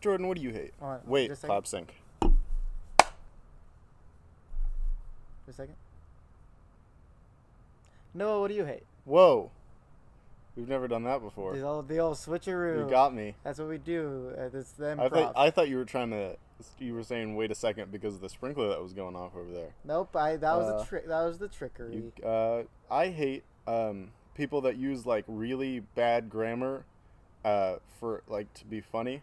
Jordan, what do you hate? Hold on, Wait, just a pop sync. Just a second. Noah, what do you hate? Whoa. We've never done that before. The old, the old switcheroo. You got me. That's what we do. Uh, it's the improv. I thought I thought you were trying to you were saying wait a second because of the sprinkler that was going off over there. nope, I that was Uh, a trick. That was the trickery. You, uh, I hate um, people that use like really bad grammar uh, for like to be funny.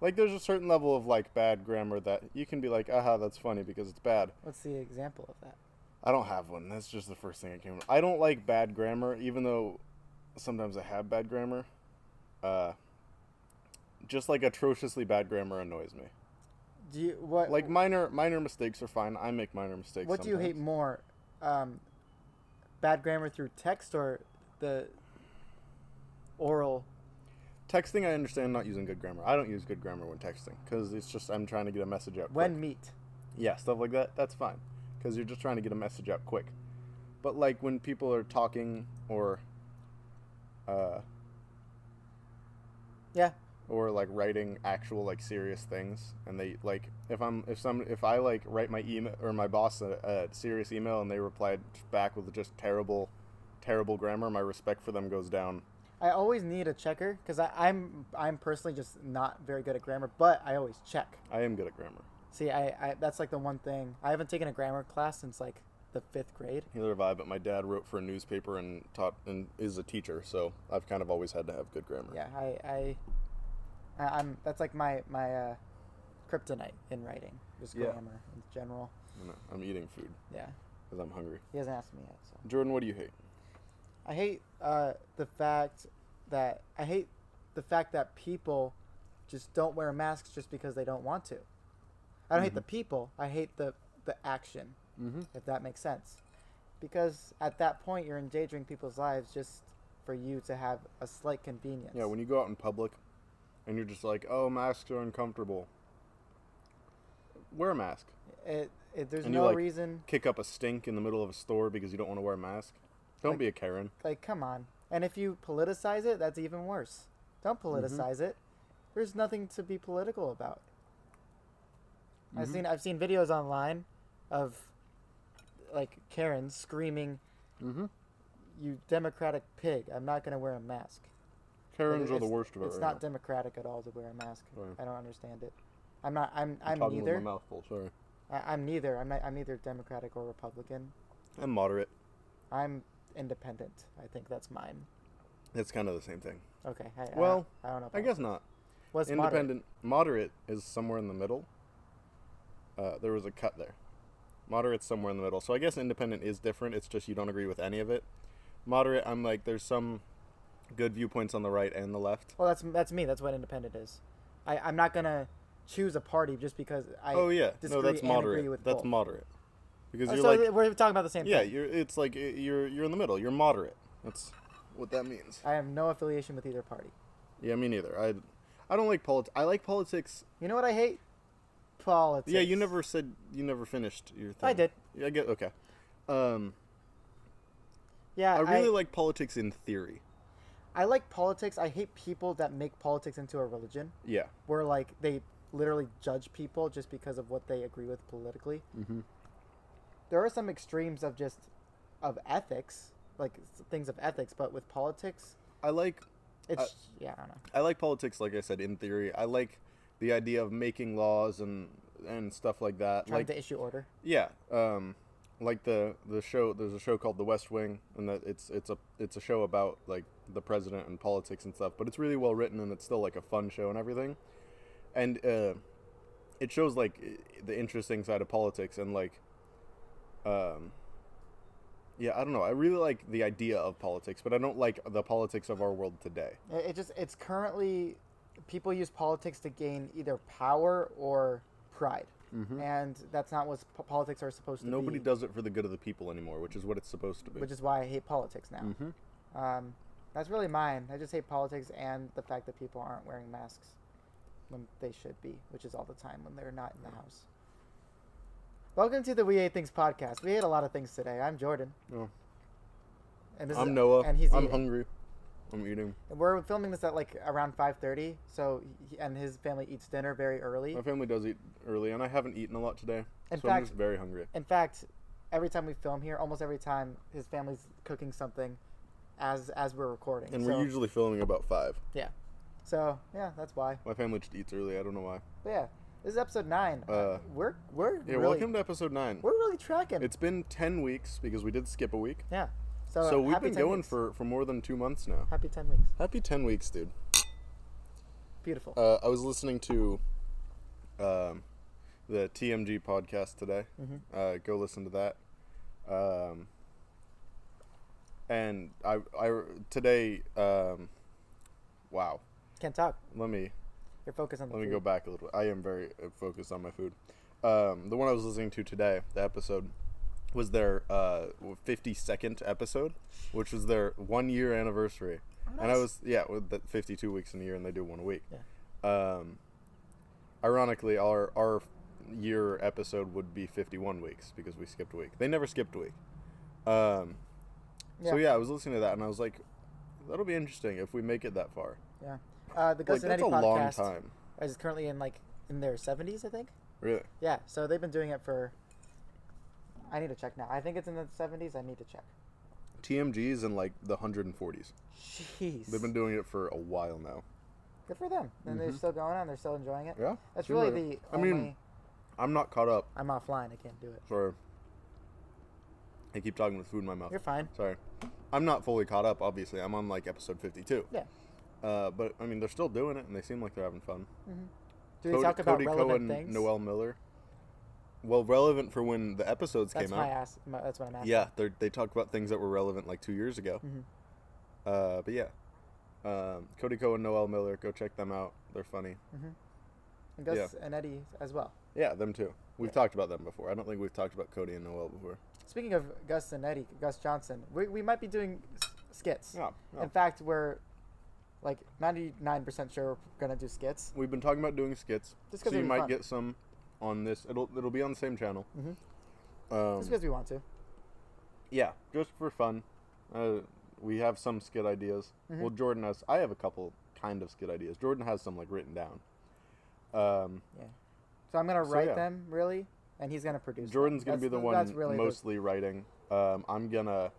Like there's a certain level of like bad grammar that you can be like, aha, that's funny because it's bad. What's the example of that? I don't have one. That's just the first thing I came. I don't like bad grammar, even though sometimes I have bad grammar. Uh, just like atrociously bad grammar annoys me. Do you what? Like minor minor mistakes are fine. I make minor mistakes. what do you hate sometimes. more? Um, bad grammar through text or the oral? Texting, I understand not using good grammar. I don't use good grammar when texting because it's just I'm trying to get a message out. When quick. meet. yeah, stuff like that. That's fine because you're just trying to get a message out quick. But like when people are talking or, uh, Yeah. or like writing actual like serious things and they like if i'm if some if i like write my email or my boss a, a serious email and they replied back with just terrible terrible grammar my respect for them goes down I always need a checker because I'm I'm personally just not very good at grammar, but I always check. i am good at grammar See, I, I that's like the one thing I haven't taken a grammar class since like the fifth grade. neither have i but my dad wrote for a newspaper and taught and is a teacher so i've kind of always had to have good grammar Yeah, I, I, I I'm that's like my my uh, kryptonite in writing, just Yeah. grammar in general. You know, i'm eating food Yeah, because i'm hungry he hasn't asked me yet, so. jordan what do you hate I hate uh, the fact that I hate the fact that people just don't wear masks just because they don't want to. I don't hate the people. I hate the the action, mm-hmm. if that makes sense, because at that point you're endangering people's lives just for you to have a slight convenience. yeah when you go out in public and you're just like oh masks are uncomfortable wear a mask it, it, there's and you, no like- reason. kick up a stink in the middle of a store because you don't want to wear a mask. Don't Like- be a Karen. Like, come on. And if you politicize it, that's even worse. Don't Mm-hmm. politicize it. There's nothing to be political about. Mm-hmm. I've seen I've seen videos online of like Karen screaming, Mm-hmm. "You democratic pig! I'm not going to wear a mask." But Karens it- are the it's- worst of it. It's right not now. democratic at all to wear a mask. Right. I don't understand it. I'm not. I'm. I'm, talking with neither. my mouth full. Sorry. I, I'm neither. I'm. Not, I'm neither Democratic or Republican. I'm moderate. I'm independent. I think that's mine. It's kind of the same thing. Okay. I, I don't- Well, I, don't know. I about- guess not. What's Oh. moderate? Independent. Moderate is somewhere in the middle. Uh, there was a cut there. Moderate's somewhere in the middle. So I guess independent is different. It's just you don't agree with any of it. Moderate, I'm like, there's some good viewpoints on the right and the left. Well, that's that's me. That's what independent is. I, I'm not gonna choose a party just because I. oh, yeah. disagree No, that's and Agree with moderate. That's both. moderate. Because Oh, you're so like, th- we're talking about the same Yeah, thing. you're. It's like uh, you're you're in the middle. You're moderate. That's what that means. I have no affiliation with either party. Yeah, me neither. I, I don't like politics. I like politics. You know what I hate? Politics. Yeah, you never said you never finished your thing. I did. Yeah, I get okay. Um, Yeah, I I really I, like politics in theory. like politics. I hate people that make politics into a religion, Yeah. where like they literally judge people just because of what they agree with politically. Mm-hmm. There are some extremes of just of ethics, like s- things of ethics, but with politics, I like it's yeah, I don't know. I like politics. Like I said, in theory, I like the idea of making laws and and stuff like that. Trying like to issue order. Yeah, um, like the the show. There's a show called The West Wing, and that it's it's a it's a show about like the president and politics and stuff. But it's really well written, and it's still like a fun show and everything. And uh, it shows like i- the interesting side of politics and like, um, yeah, I don't know. I really like the idea of politics, but I don't like the politics of our world today. It, it just it's currently people use politics to gain either power or pride, and that's not what po- politics are supposed to Mm-hmm. Nobody be. does it for the good of the people anymore, which is what it's supposed to be. which is why I hate politics now. Mm. Um, that's really mine. I just hate politics and the fact that people aren't wearing masks when they should be, which is all the time when they're not in the house. Welcome to the We Hate Things podcast. We hate a lot of things today. I'm Jordan, Oh, and this I'm is Noah. and he's I'm eating. hungry. I'm eating. And we're filming this at like around 5:30, so he, and his family eats dinner very early. My family does eat early, and I haven't eaten a lot today, In so I'm fact- just very hungry. In fact, every time we film here, almost every time his family's cooking something as as we're recording. And so, we're usually filming about five. yeah. So, yeah, that's why. My family just eats early. I don't know why. But yeah, this is episode 9. Uh, we're we're Yeah, really, welcome to episode nine. we're really tracking. It's been ten weeks because we did skip a week, yeah. So, so uh, we've happy been 10 going weeks. for for more than two months now. happy 10 weeks. Happy ten weeks, dude. Beautiful. Uh, I was listening to um, the TMG podcast today. Mm-hmm. Uh, go listen to that. Um, and I, I today, um, wow. Can't talk. Let me You're focused on the let me food. go back a little. I am very uh, focused on my food. Um, the one I was listening to today, the episode was their uh, 52nd episode, which was their one year anniversary. And I Oh, nice. was yeah, with the 52 weeks in a year, and they do one a week. Yeah. Um, ironically, our our year episode would be 51 weeks because we skipped a week. They never skipped a week. Um, So yeah, I was listening to that, and I was like, that'll be interesting if we make it that far. Yeah. Uh, the Like Ghost that's a Eddie long podcast time, is currently in like in their 70s, I think. really. Yeah, so they've been doing it for. I need to check now. I think it's in the 70s. I need to check. TMG's in like the 140s. Jeez. They've been doing it for a while now. Good for them. And they're still going on. They're still enjoying it. Yeah, That's you're really right. I the only. mean- I'm not caught up. I'm offline. I can't do it. Sorry. I keep talking with food in my mouth. You're fine. Sorry. I'm not fully caught up, obviously. I'm on like episode 52. Yeah. Uh, but I mean, they're still doing it and they seem like they're having fun. Do we talk about relevant things? Noel Miller. Well, relevant for when the episodes that's came my out. ass. My, that's what I'm asking. Yeah, they they talked about things that were relevant like two years ago. Mm-hmm. Uh, but yeah, um, Cody Cohen, Noel Miller, go check them out. They're funny. And Gus and Eddie as well. Yeah, them too. We've talked about them before. I don't think we've talked about Cody and Noel before. Speaking of Gus and Eddie, Gus Johnson, we, we might be doing s- skits. Yeah, yeah. In fact, we're like 99% sure we're going to do skits. We've been talking about doing skits, Just 'cause so you it'll be might fun. get some on this. It'll it'll be on the same channel. Mm-hmm. Um, Just because we want to. yeah, just for fun. Uh, we have some skit ideas. Mm-hmm. Well, Jordan has. I have a couple kind of skit ideas. Jordan has some like written down. Um, Yeah. So I'm going to So, write yeah. them, really, and he's going to produce them. Jordan's gonna be That's the that's one really the- mostly writing. Um, I'm gonna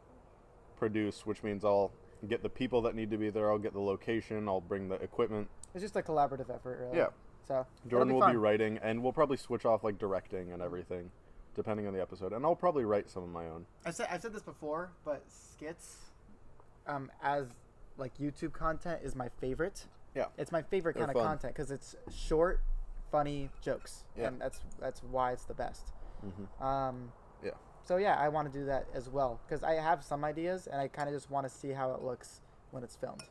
produce, which means I'll get the people that need to be there. I'll get the location. I'll bring the equipment. it's just a collaborative effort, really. Yeah. So it'll Jordan be will fun. be writing, and we'll probably switch off like directing and everything, depending on the episode. And I'll probably write some of my own. I've said I've said this before, but skits, um, as like YouTube content is my favorite. Yeah. It's my favorite They're kind of fun. content because it's short, funny jokes, Yeah. Mm-hmm. and that's that's why it's the best. Um, Yeah. so yeah, I want to do that as well because I have some ideas and I kind of just want to see how it looks when it's filmed.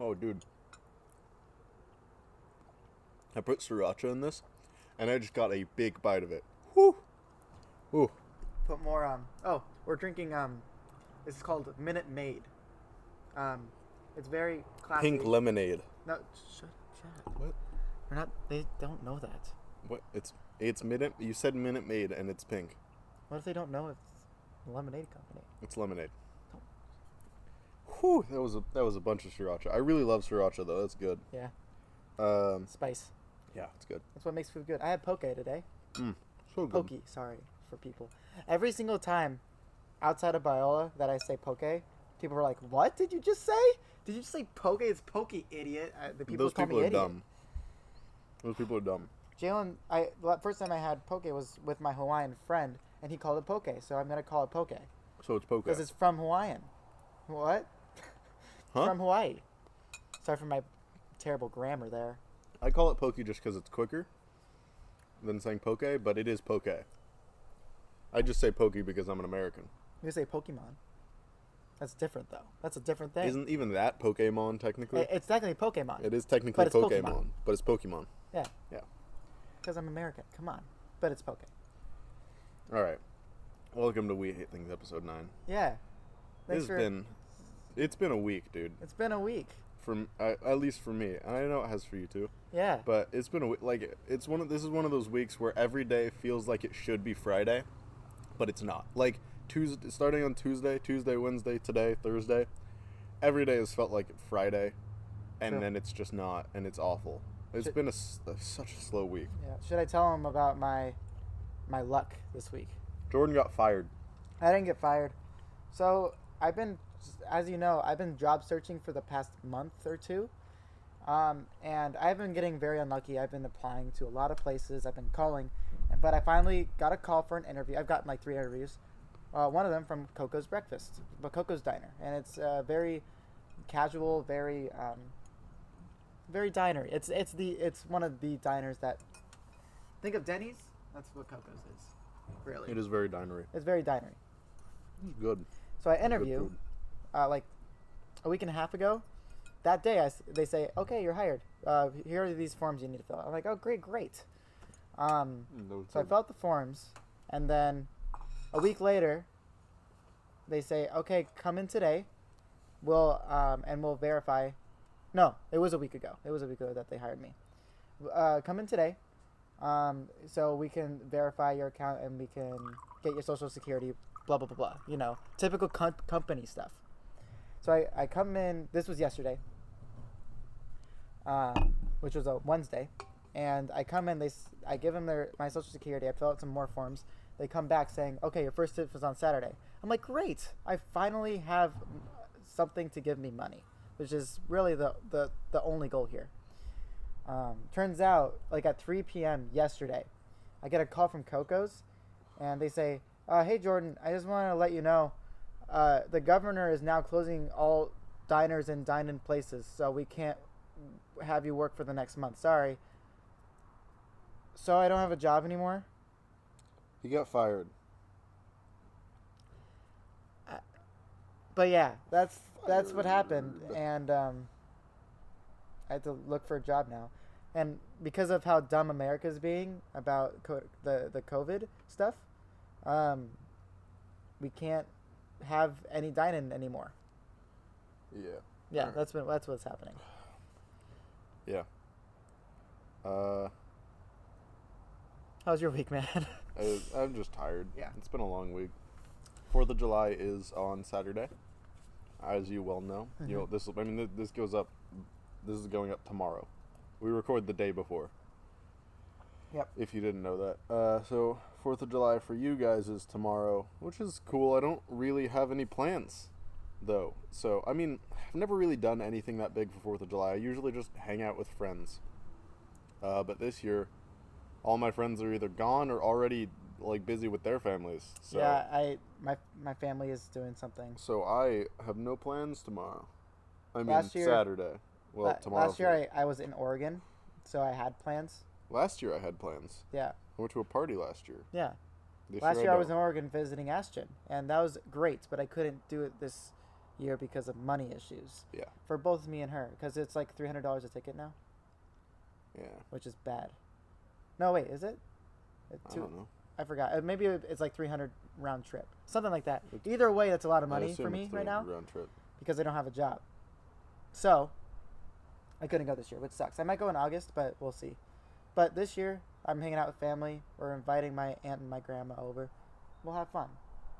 Oh, dude. I put sriracha in this, and I just got a big bite of it. Whew. Ooh. Put more. Um, oh, we're drinking. Um, this is called Minute Maid. Um, it's very classic. Pink lemonade. no, shut, shut up. What? We're not. They don't know that. What? It's it's minute. You said minute made, and it's pink. What if they don't know it's a lemonade company? It's lemonade. Whew, that was a that was a bunch of sriracha. I really love sriracha though. That's good. Yeah, Um, spice. yeah, it's good. That's what makes food good. I had poke today. So good. Poke, sorry for people. Every single time outside of Biola that I say poke, people are like, "What did you just say? Did you just say poke? It's poke, idiot." I, the people Those call people me are idiot. dumb. Those people are dumb. Jalen, I the first time I had poke was with my Hawaiian friend, and he called it poke, so I'm gonna call it poke So it's poke. because it's from Hawaiian. What? Huh? From Hawaii. Sorry for my terrible grammar there. I call it pokey just because it's quicker than saying poke, but it is poke. I just say pokey because I'm an American. You say Pokemon. That's different though. That's a different thing. Isn't even that Pokemon technically? I- it's technically Pokemon. it is technically but it's Pokemon, Pokemon. but it's Pokemon. Yeah, Yeah. because I'm American. Come on, but it's Poke. All right. Welcome to We Hate Things episode nine. Yeah. it's been it's been a week, dude. It's been a week. From uh, at least for me, and I know it has for you too. Yeah. But it's been a we- like it's one of this is one of those weeks where every day feels like it should be Friday, but it's not. Like Tuesday, starting on Tuesday, Tuesday, Wednesday, today, Thursday, every day has felt like Friday, and True. then it's just not, and it's awful. It's Should- been a, s- a- such a slow week. Yeah. Should I tell him about my my luck this week? Jordan got fired. I didn't get fired. So I've been, as you know, I've been job searching for the past month or two. Um, and I've been getting very unlucky. I've been applying to a lot of places. I've been calling, but I finally got a call for an interview. I've gotten like three interviews. Uh, one of them from Coco's Breakfast, but Coco's Diner, and it's uh, very casual, very, um, very diner. It's it's the it's one of the diners that think of Denny's. That's what Coco's is, really. It is very dinery. It's very dinery. It's good. So I Good interview food. uh, like a week and a half ago. That day, I s they say, "Okay, you're hired. Uh, here are these forms you need to fill." out." I'm like, "Oh, great, great." Um, Mm, that was so I good. filled out the forms, and then a week later, they say, "Okay, come in today. We'll um, and we'll verify." No, it was a week ago. It was a week ago that they hired me. Uh, come in today, um, so we can verify your account and we can get your social security. Blah blah blah blah. You know, typical com- company stuff. So I, I come in. This was yesterday, uh, which was a Wednesday and I come in. They s- I give them their my social security. I fill out some more forms. They come back saying, "Okay, your first tip was on Saturday." I'm like, "Great! I finally have m- something to give me money, which is really the the, the only goal here." Um, turns out, like at 3 p.m. yesterday, I get a call from Coco's, and they say, uh, "Hey Jordan, I just want to let you know, uh, the governor is now closing all diners and dine-in places, so we can't have you work for the next month. Sorry." so I don't have a job anymore. He got fired. But yeah, that's that's what happened, Fired. and um, I had to look for a job now. And because of how dumb America's being about co- the the COVID stuff, um, we can't have any dining anymore. Yeah. Yeah, Alright. that's been that's what's happening. Uh, How's your week, man? I, I'm just tired. Yeah. It's been a long week. Fourth of July is on Saturday, as you well know. Mm-hmm. You know this. I mean, th- this goes up. This is going up tomorrow. We record the day before. Yep. If you didn't know that, uh, so Fourth of July for you guys is tomorrow, which is cool. I don't really have any plans, though. So I mean, I've never really done anything that big for Fourth of July. I usually just hang out with friends. Uh, but this year, all my friends are either gone or already like busy with their families. So Yeah, I my my family is doing something. so I have no plans tomorrow. I mean Last year- Saturday. Well, La- tomorrow. last year I, I was in Oregon, so I had plans. last year I had plans. Yeah, I went to a party last year. yeah. This Last year I was in don't. Oregon visiting Ashton, and that was great, but I couldn't do it this year because of money issues. Yeah. For both me and her, because it's like three hundred dollars a ticket now, Yeah. which is bad. No, wait, is it? Uh, I Two, don't know. I, forgot. Uh, Maybe it- it's like three hundred round trip, something like that. Either way, that's a lot of I money assume for me it's right now 300 Round trip. because I don't have a job. So, I couldn't go this year, which sucks. I might go in August, but we'll see. But this year, I'm hanging out with family. We're inviting my aunt and my grandma over. We'll have fun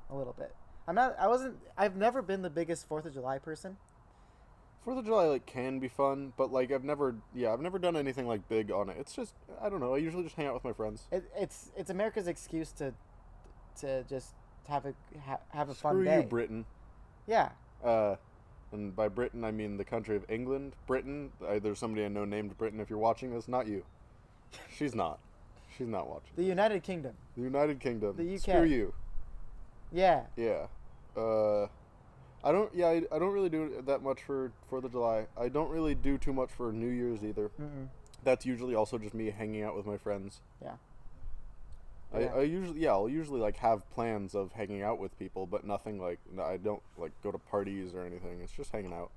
a little bit. I'm not, I wasn't, I've never been the biggest 4th of July person. Fourth of July like can be fun, but like I've never, yeah, I've never done anything like big on it. It's just I don't know. I usually just hang out with my friends. It, it's, it's America's excuse to, to just have a, ha, have a fun Screw day. you, Britain. yeah. Uh, and by Britain I mean the country of England. Britain. I, there's somebody I know named Britain. If you're watching this, not you. She's not. She's not watching. The United Kingdom. The United Kingdom. The UK. Screw you. Yeah. Yeah. Uh, I don't. Yeah, I, I don't really do that much for Fourth of July. I don't really do too much for New Year's either. Mm-mm. That's usually also just me hanging out with my friends. Yeah. I, Yeah. I usually yeah I'll usually like have plans of hanging out with people, but nothing like no, I don't like go to parties or anything. It's just hanging out,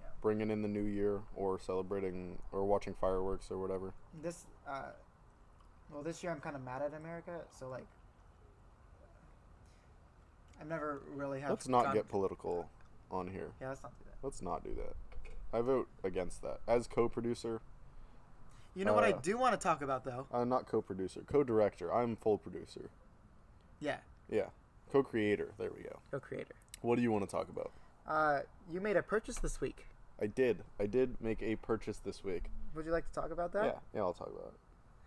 Yeah. bringing in the new year or celebrating or watching fireworks or whatever. this uh, well this year i'm kind of mad at america so like i've never really had Let's not get political on here. yeah let's not do that Let's not do that. I vote against that. As co-producer, you know what i Uh, do want to talk about though I'm not co-producer, co-director. I'm full producer. yeah Yeah, co-creator. There we go. go creator What do you want to talk about? Uh, you made a purchase this week. I did. I did make a purchase this week. Would you like to talk about that? Yeah, yeah, I'll talk about it.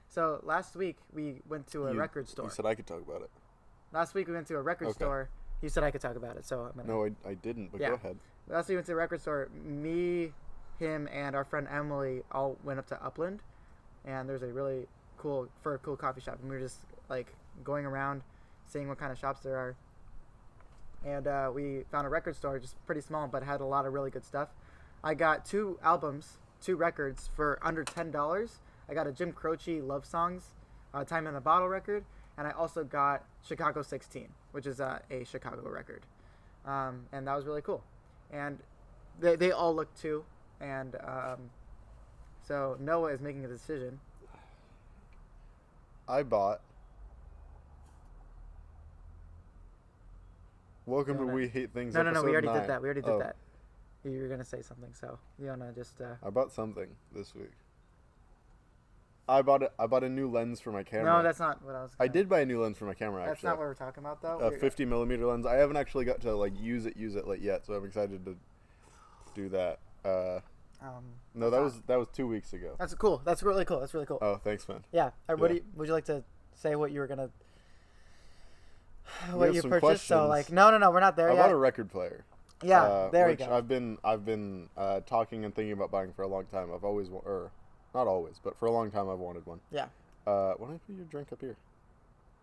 So last week we went to a You- record store. You said I could talk about it. Last week we went to a record Okay. store. You said I could talk about it, so I'm gonna. No, I, I didn't. But Yeah. go ahead. Last week we went to a record store. Me, him, and our friend Emily all went up to Upland, and there's a really cool for a cool coffee shop. And we were just like going around, seeing what kind of shops there are. And uh, we found a record store, just pretty small, but had a lot of really good stuff. I got two albums, two records for under ten dollars. I got a Jim Croce Love Songs, uh, Time in the Bottle record, and I also got Chicago 16, which is uh, a Chicago record, um, and that was really cool. And they, they all look too, and um, so Noah is making a decision. I bought. Welcome You to wanna- We Hate Things. No, no, no. We episode already nine. did that. We already did Oh, that. You were gonna say something, so you wanna just uh, I bought something this week. I bought a, I bought a new lens for my camera. no. That's not what I was. I gonna- did buy a new lens for my camera. That's actually, uh, not what we're talking about, though. a We're- 50 millimeter lens. I haven't actually got to like use it, use it like yet, so I'm excited to do that. Uh, um, no, that was that was two weeks ago. that's cool. That's really cool. That's really cool. Oh, thanks, man. Yeah. Uh, What Yeah. do you, would you like to say? What you were gonna? have What you some purchased? So questions. like, no, no, no. We're not there I yet. bought a record player. yeah. uh, there we which go. I've been I've been uh, talking and thinking about buying for a long time. I've always wa- or not always, but for a long time I've wanted one. yeah. Uh, why don't you put your drink up here?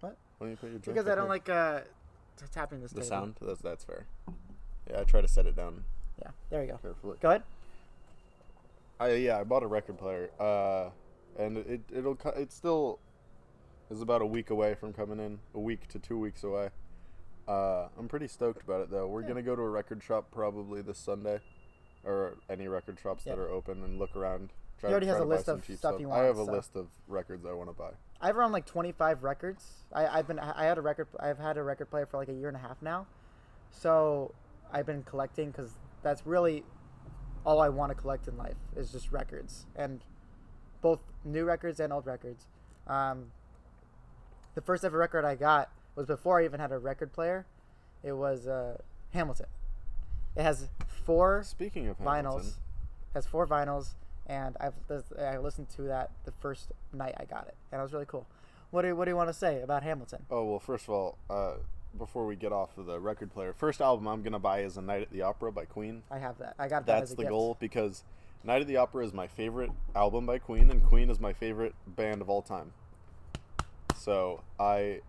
What? Why don't you put your drink? Because up I don't here? like uh, t- tapping this. the table. sound. That's that's fair. Yeah, I try to set it down Yeah. There we go. carefully. Go ahead. I yeah, I bought a record player, uh, and it it'll co- it still is about a week away from coming in, a week to two weeks away. Uh, I'm pretty stoked about it though. We're gonna go to a record shop probably this Sunday, or any record shops that Yeah. are open and look around. Try, He already try has a to buy list some of cheap stuff he I have wants, a so. list of records I want to buy. I have around like 25 records. I, I've been I had a record I've had a record player for like a year and a half now, so I've been collecting because that's really all I want to collect in life is just records and both new records and old records. Um, the first ever record I got was before I even had a record player. It was uh, Hamilton. It has four Speaking of Hamilton, vinyls. Has four vinyls, and I've lis- I listened to that the first night I got it, and it was really cool. What do you, What do you want to say about Hamilton? Oh well, first of all, uh, before we get off of the record player, first album I'm gonna buy is A Night at the Opera by Queen. I have that. I got that that's as a the gift. goal because Night at the Opera is my favorite album by Queen, and Queen is my favorite band of all time. So I,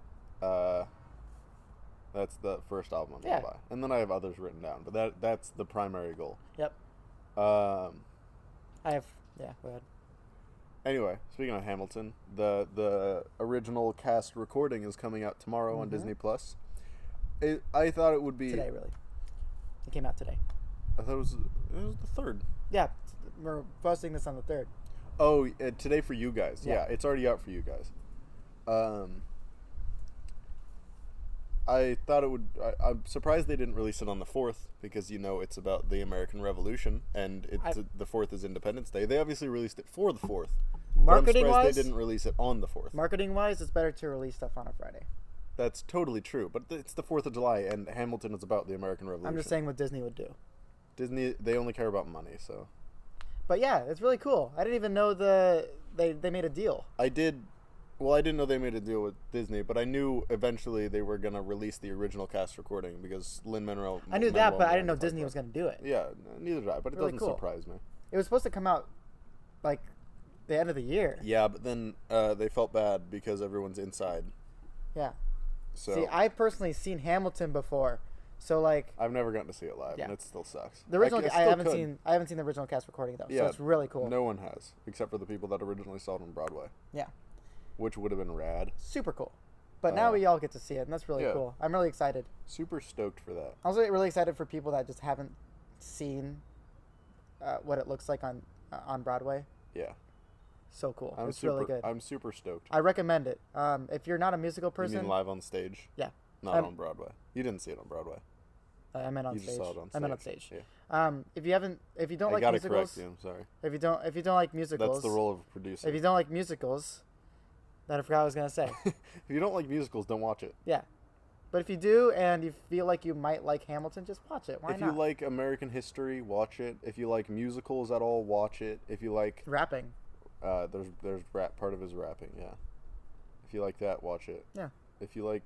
uh, that's the first album I'm Yeah. gonna buy, and then I have others written down, but that that's the primary goal. Yep. Um, I have. Yeah. Go ahead. anyway, speaking of Hamilton, the the original cast recording is coming out tomorrow on Disney Plus. It, I thought it would be. Mm-hmm. Today, really. It came out today. I thought it was it was the third. Yeah. We're posting this on the third. Oh, uh, today for you guys. Yeah. Yeah. it's already out for you guys. Um, I thought it would. I, I'm surprised they didn't release it on the fourth because you know it's about the American Revolution and it's the fourth is Independence Day. They obviously released it for the fourth. but I'm surprised Marketing-wise? they didn't release it on the fourth. Marketing wise, it's better to release stuff on a Friday. That's totally true. But th- it's the fourth of July and Hamilton is about the American Revolution. I'm just saying what Disney would do. Disney. They only care about money, so But yeah, it's really cool. I didn't even know the they, they made a deal. I did. Well, I didn't know they made a deal with Disney, but I knew eventually they were gonna release the original cast recording because Lin Manuel. I knew that, but I didn't know Disney was going to do it. Yeah, neither did I. But it Really doesn't cool. surprise me. It was supposed to come out like the end of the year. Yeah, but then uh, they felt bad because everyone's inside. Yeah. So See, I personally seen Hamilton before, so like I've never gotten to see it live, Yeah. and it still sucks. the original. c- I, still haven't could. seen. I haven't seen the original cast recording though, Yeah, so it's really cool. No one has, except for the people that originally saw it on Broadway, Yeah, which would have been rad. super cool. But now Uh, we all get to see it, and that's really yeah. cool. I'm really excited. Super stoked for that. I'm also really excited for people that just haven't seen uh, what it looks like on uh, on Broadway. Yeah, So cool. I'm it's super. really good. i I'm super stoked. recommend it. Um, if you're not a musical you mean person, live on stage, yeah, not I'm- on Broadway? You didn't see it on Broadway. Um, I I meant on You stage. just saw it on stage. I meant on stage. Yeah. Um, if you haven't, if you don't I like gotta musicals, correct you. I'm sorry. if you don't, if you don't like musicals, That's the role of a producer. If you don't like musicals, then I forgot what I was gonna say. if you don't like musicals, don't watch it. yeah, But if you do and you feel like you might like Hamilton, just watch it. Why if not? you like American history, watch it. If you like musicals at all, watch it. If you like Rapping. uh, there's there's rap part of his rapping, yeah. If you like that, watch it. Yeah. If you like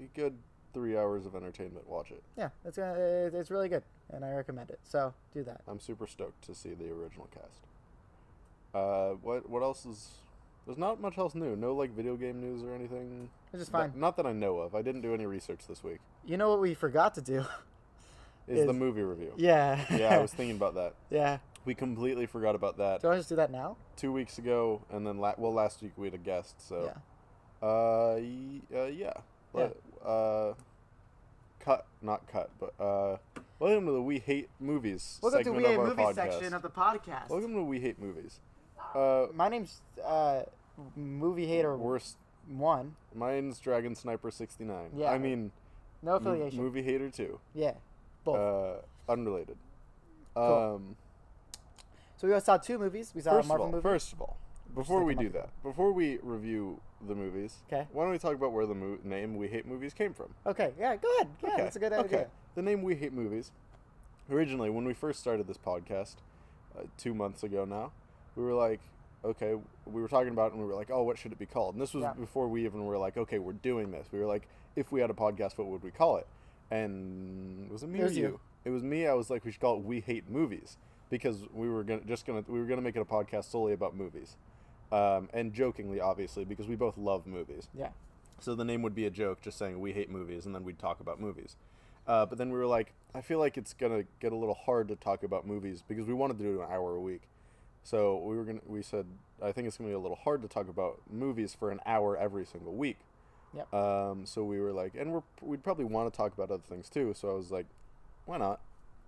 a good three hours of entertainment, watch it. Yeah, it's gonna, it- it's really good, and I recommend it. So do that. I'm super stoked to see the original cast. Uh, what what else is? There's not much else new. No like video game news or anything. Which is Not- fine. not that I know of. I didn't do any research this week. You know what we forgot to do? Is, the Is- movie review? yeah. yeah, I was thinking about that. yeah. We completely forgot about that Do I just do that now? two weeks ago, and then la- well, last week we had a guest. So, Yeah. uh, y- uh, yeah, Let- uh, cut, not cut, but uh, welcome to the We Hate Movies Welcome to segment We Hate of our Movie podcast. section of the podcast. welcome to We Hate Movies. Uh, My name's uh, Movie Hater worst. One. Mine's Dragon Sniper sixty nine. Yeah. I mean, No m- affiliation. movie hater too. yeah. Both. Uh, unrelated. Cool. Um, so we saw two movies. We saw first a of Marvel all, movie. first of all, before like we a do month ago. that, before we review the movies, 'Kay. why don't we talk about where the mo- name We Hate Movies came from? Okay. Yeah. Go ahead. Yeah, that's a good idea. The name We Hate Movies, originally, when we first started this podcast uh, two months ago now, we were like, okay, we were talking about it and we were like, oh, what should it be called? And this was Yeah. before we even were like, okay, we're doing this. We were like, if we had a podcast, what would we call it? And was it me It or was you? you. It was me. I was like, we should call it We Hate Movies because we were gonna just gonna we were gonna make it a podcast solely about movies, um, and jokingly, obviously, because we both love movies. Yeah. So the name would be a joke, just saying we hate movies, and then we'd talk about movies. Uh, but then we were like, I feel like it's gonna get a little hard to talk about movies because we wanted to do an hour a week. So we were gonna, we said, I think it's gonna be a little hard to talk about movies for an hour every single week. Yep. Um, so we were like, and we're, we'd probably want to talk about other things too. So I was like, why not?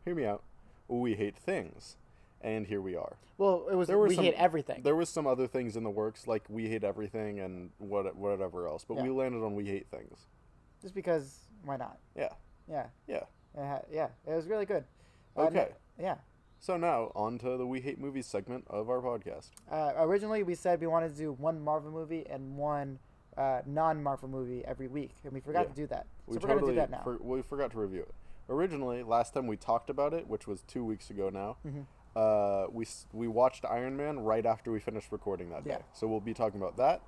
Hear me out. We hate things, and here we are. Well, it was There were we some- hate everything. There was some other things in the works, like we hate everything and what whatever else, but we Yeah. landed on we hate things. just because why not? Yeah, Yeah. yeah. It ha- yeah. It was really good. Uh, no- Okay, yeah. so now on to the we hate movies segment of our podcast. Uh, originally, we said we wanted to do one Marvel movie and one uh, non-Marvel movie every week, and we forgot Yeah. to do that. We so we're totally gonna do that now. for- we forgot to review it. Originally, last time we talked about it, which was two weeks ago now, Mhm. uh, we s- we watched Iron Man right after we finished recording that Yeah. day. So we'll be talking about that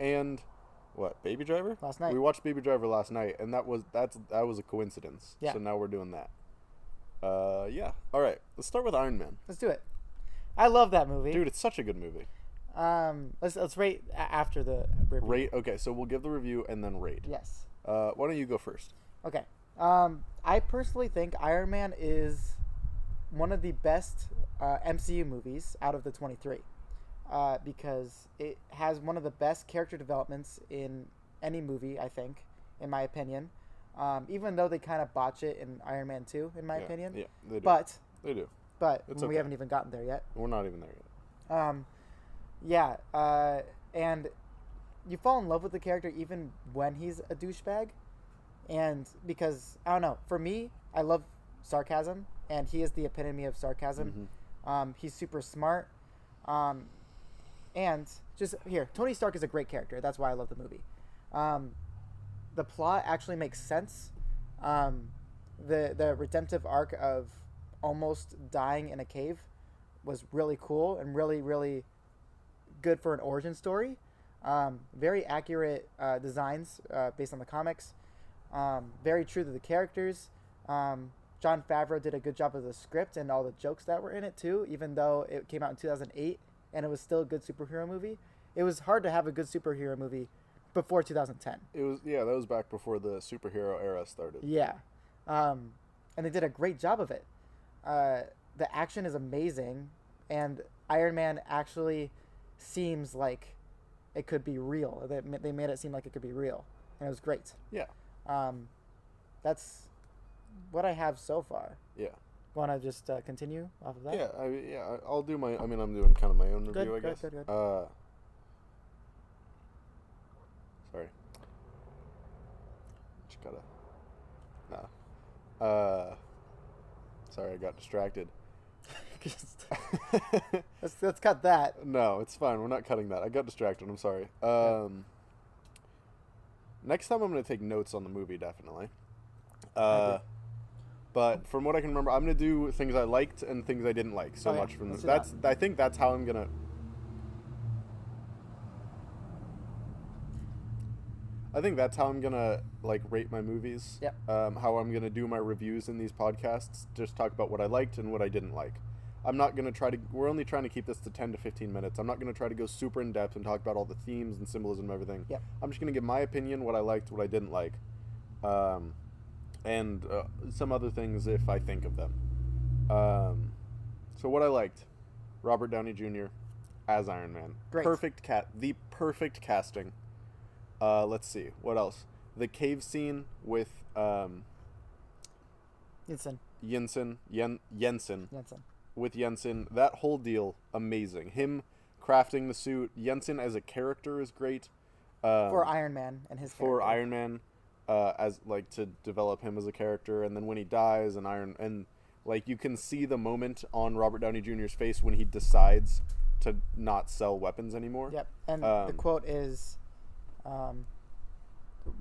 and what Baby Driver Last night. We watched Baby Driver last night, and that was that's that was a coincidence. Yeah. So now we're doing that. Uh, yeah. All right. Let's start with Iron Man, Let's do it. I love that movie. dude. It's such a good movie. Um, let's let's rate a- after the review. Rate. Okay, so we'll give the review and then rate. Yes. Uh, why don't you go first? Okay. Um, I personally think Iron Man is one of the best uh, MCU movies out of the 23 uh, because it has one of the best character developments in any movie, I think, in my opinion. Um, even though they kind of botch it in Iron Man 2, in my Yeah, opinion. Yeah, they do. But, they do. but It's we okay. haven't even gotten there yet. We're not even there yet. Um, yeah, uh, and you fall in love with the character even when he's a douchebag, and because I don't know, for me, I love sarcasm, and he is the epitome of sarcasm. Um, he's super smart, um, and just here, Tony Stark is a great character. That's why I love the movie. Um, the plot actually makes sense. Um, the the redemptive arc of almost dying in a cave was really cool and really really good for an origin story. Um, very accurate uh, designs uh, based on the comics. Um, very true to the characters. Um, John Favreau did a good job of the script and all the jokes that were in it too. Even though it came out in 2008 and it was still a good superhero movie, it was hard to have a good superhero movie before 2010. It was yeah, that was back before the superhero era started. Yeah, um, and they did a great job of it. Uh, the action is amazing, and Iron Man actually seems like it could be real. They, ma- they made it seem like it could be real, and it was great. Yeah, Um, that's what I have so far. yeah, Want to just uh, continue off of that? yeah. I, yeah, I- I'll do my. I mean, I'm doing kind of my own Good, review, I good, guess. good, good. Uh, sorry, just gotta. Nah. Uh, sorry, I got distracted. Just- let's, let's cut that. no, it's fine. We're not cutting that. I got distracted. I'm sorry. Um, Next time I'm going to take notes on the movie definitely. Uh, but from what I can remember, I'm going to do things I liked and things I didn't like so Oh, yeah. much from this. Let's do that. That's I think that's how I'm going to I think that's how I'm gonna like rate my movies. Yep. Um, how I'm gonna do my reviews in these podcasts. Just talk about what I liked and what I didn't like. I'm not gonna try to. We're only trying to keep this to ten to fifteen minutes. I'm not gonna try to go super in depth and talk about all the themes and symbolism and everything. Yep. I'm just gonna give my opinion, what I liked, what I didn't like, um, and uh, some other things if I think of them. Um, so what I liked, Robert Downey Jr. as Iron Man. Great. Perfect cat. The perfect casting. Uh, let's see what else. The cave scene with um, Jensen. Jensen, Yen, Jensen Jensen. with Jensen. That whole deal, amazing. Him crafting the suit. Jensen as a character is great. Um, For Iron Man and his for character. Iron Man, uh, as like to develop him as a character, and then when he dies, and Iron and like you can see the moment on Robert Downey Jr.'s face when he decides to not sell weapons anymore. Yep. And the Um, quote is, um,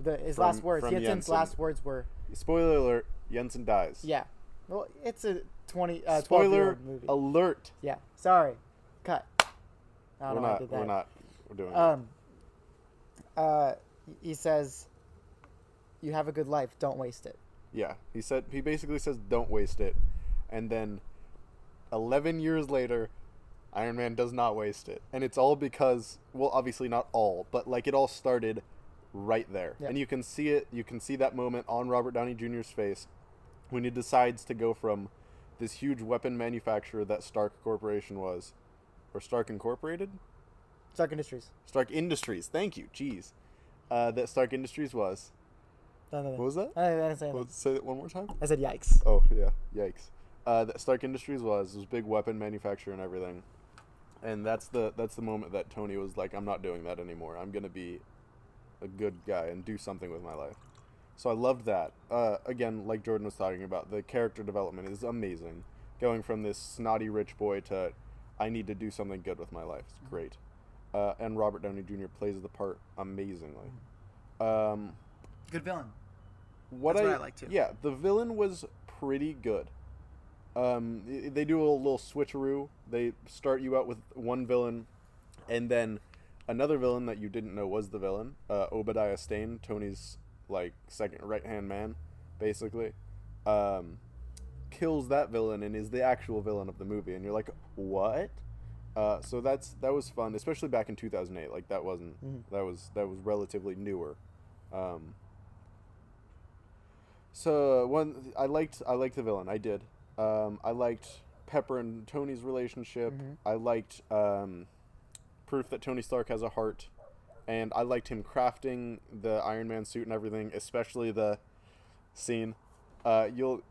the his From- last words. from Jensen's Jensen. last words were, Spoiler alert: Jensen dies. yeah. Well, it's a twenty uh, twelve year Spoiler old movie. alert. yeah. Sorry. Cut. I We're don't know why I did not. that. We're not. We're doing. it. Um. Uh, he says, "You have a good life. Don't waste it." Yeah, he said he basically says don't waste it, and then eleven years later, Iron Man does not waste it, and it's all because well, obviously not all, but like it all started right there, Yeah. and you can see it. You can see that moment on Robert Downey Jr.'s face when he decides to go from this huge weapon manufacturer that Stark Corporation was, or Stark Incorporated, Stark Industries. Stark Industries. Thank you, jeez, uh, that Stark Industries was. No, no, no. What was that? I didn't say anything. Let's say that one more time. I said, "Yikes." Oh yeah, yikes! Uh, that Stark Industries was was big weapon manufacturer and everything, and that's the that's the moment that Tony was like, "I'm not doing that anymore. I'm gonna be a good guy and do something with my life." So I loved that. Uh, again, like Jordan was talking about, the character development is amazing. Going from this snotty rich boy to, I need to do something good with my life. It's great. Uh, and Robert Downey Jr. plays the part amazingly. Um, Good villain. what That's I, what I like, too. Yeah, the villain was pretty good. Um, i- they do a little switcheroo. They start you out with one villain, and then another villain that you didn't know was the villain. Uh, Obadiah Stane, Tony's like second right hand man, basically, um, kills that villain and is the actual villain of the movie. And you're like, what? Uh, so that's that was fun, especially back in 2008. Like that wasn't Mm-hmm. that was that was relatively newer. Um, so one, I liked I liked the villain. I did. Um, I liked Pepper and Tony's relationship. Mm-hmm. I liked um, proof that Tony Stark has a heart, and I liked him crafting the Iron Man suit and everything, especially the scene. Uh, you'll,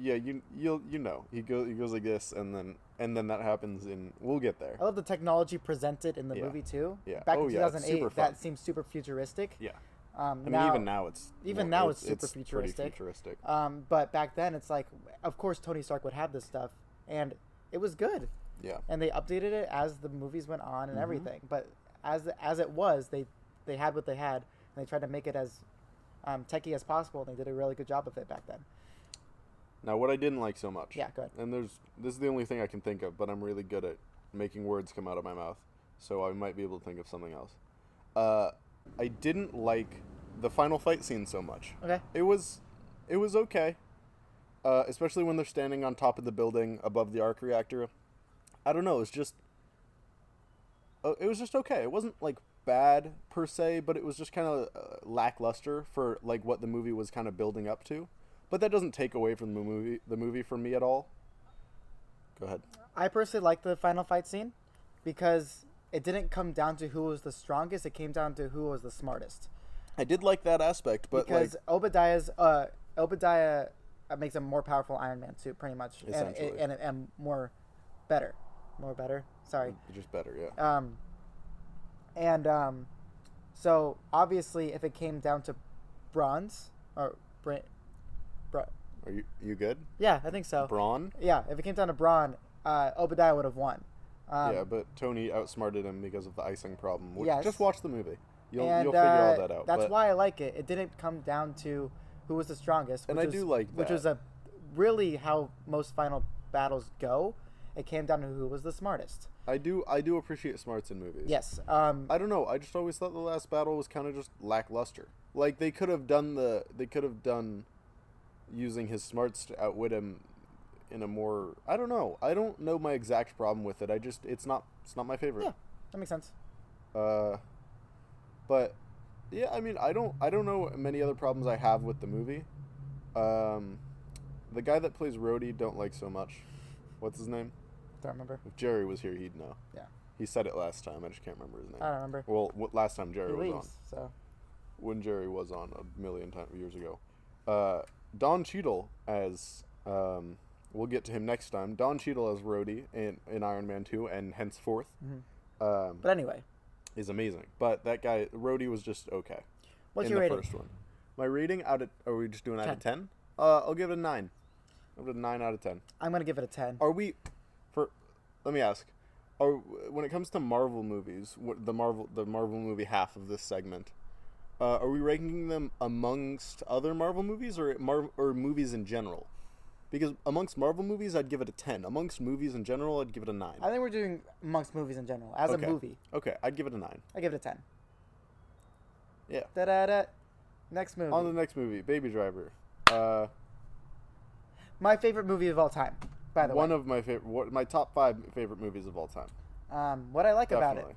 yeah, you you'll you know he goes he goes like this, and then and then that happens, and we'll get there. I love the technology presented in the Yeah. movie too. Yeah. Back Oh, in yeah, it's 2008, super fun. that seems super futuristic. Yeah, Um, I mean now, even now it's even well, now it- it's super pretty futuristic. futuristic. Um, but back then, it's like, of course, Tony Stark would have this stuff, and it was good. Yeah. And they updated it as the movies went on and everything. But as as it was, they they had what they had, and they tried to make it as um, techy as possible, and they did a really good job of it back then. Now, what I didn't like so much. Yeah, go ahead. And there's this is the only thing I can think of, but I'm really good at making words come out of my mouth, so I might be able to think of something else. Uh, I didn't like the final fight scene so much. Okay. It was, it was okay, uh, especially when they're standing on top of the building above the arc reactor. I don't know. It's just, uh, it was just okay. It wasn't like bad per se, but it was just kind of uh, lackluster for like what the movie was kind of building up to. But that doesn't take away from the movie, the movie for me at all. Go ahead. I personally liked the final fight scene because it didn't come down to who was the strongest; it came down to who was the smartest. I did like that aspect, but because like, Obadiah's uh, Obadiah uh, makes a more powerful Iron Man suit, pretty much, and, Essentially. and and more better, more better. Sorry, just better, yeah. um, and um, so obviously, if it came down to bronze or Bra- Bra- Are you you good? yeah, I think so. Braun? yeah, if it came down to Braun, uh, Obadiah would have won. Um, yeah, but Tony outsmarted him because of the icing problem. Which, Yes. Just watch the movie. You'll, and you'll figure uh, all that out. That's but why I like it. It didn't come down to who was the strongest, And which I was, do like which that. was a really how most final battles go. It came down to who was the smartest. I do I do appreciate smarts in movies. Yes. Um, I don't know. I just always thought the last battle was kind of just lackluster. Like they could have done the they could have done using his smarts to outwit him in a more I don't know. I don't know my exact problem with it. I just it's not it's not my favorite. yeah, that makes sense. Uh but yeah, I mean, I don't I don't know many other problems I have with the movie. Um the guy that plays Rhodey don't like so much. What's his name? Don't remember. If Jerry was here, he'd know. Yeah. Uh, He said it last time. I just can't remember his name. I don't remember. Well, what, last time Jerry He was on, leaves, so when Jerry was on a million times years ago, uh, Don Cheadle as um, we'll get to him next time. Don Cheadle as Rhodey in, in Iron Man Two and henceforth um, But anyway, is amazing. But that guy Rhodey was just okay. What's in your the rating? first one? My rating out of are we just doing out of ten? Uh, I'll give it a nine. I'll give it a nine out of ten. I'm gonna give it a ten. Are we for? Let me ask. Are when it comes to Marvel movies, what the Marvel the Marvel movie half of this segment? Uh, are we ranking them amongst other Marvel movies or Mar- or movies in general? Because amongst Marvel movies, I'd give it a ten. Amongst movies in general, I'd give it a nine. I think we're doing amongst movies in general. As okay. a movie, Okay, I'd give it a nine. I give it a ten. Yeah. Da da da. Next movie. On the next movie, Baby Driver. Uh, My favorite movie of all time, by the one way. of my favorite, my top five favorite movies of all time. um, what I like about Definitely. it.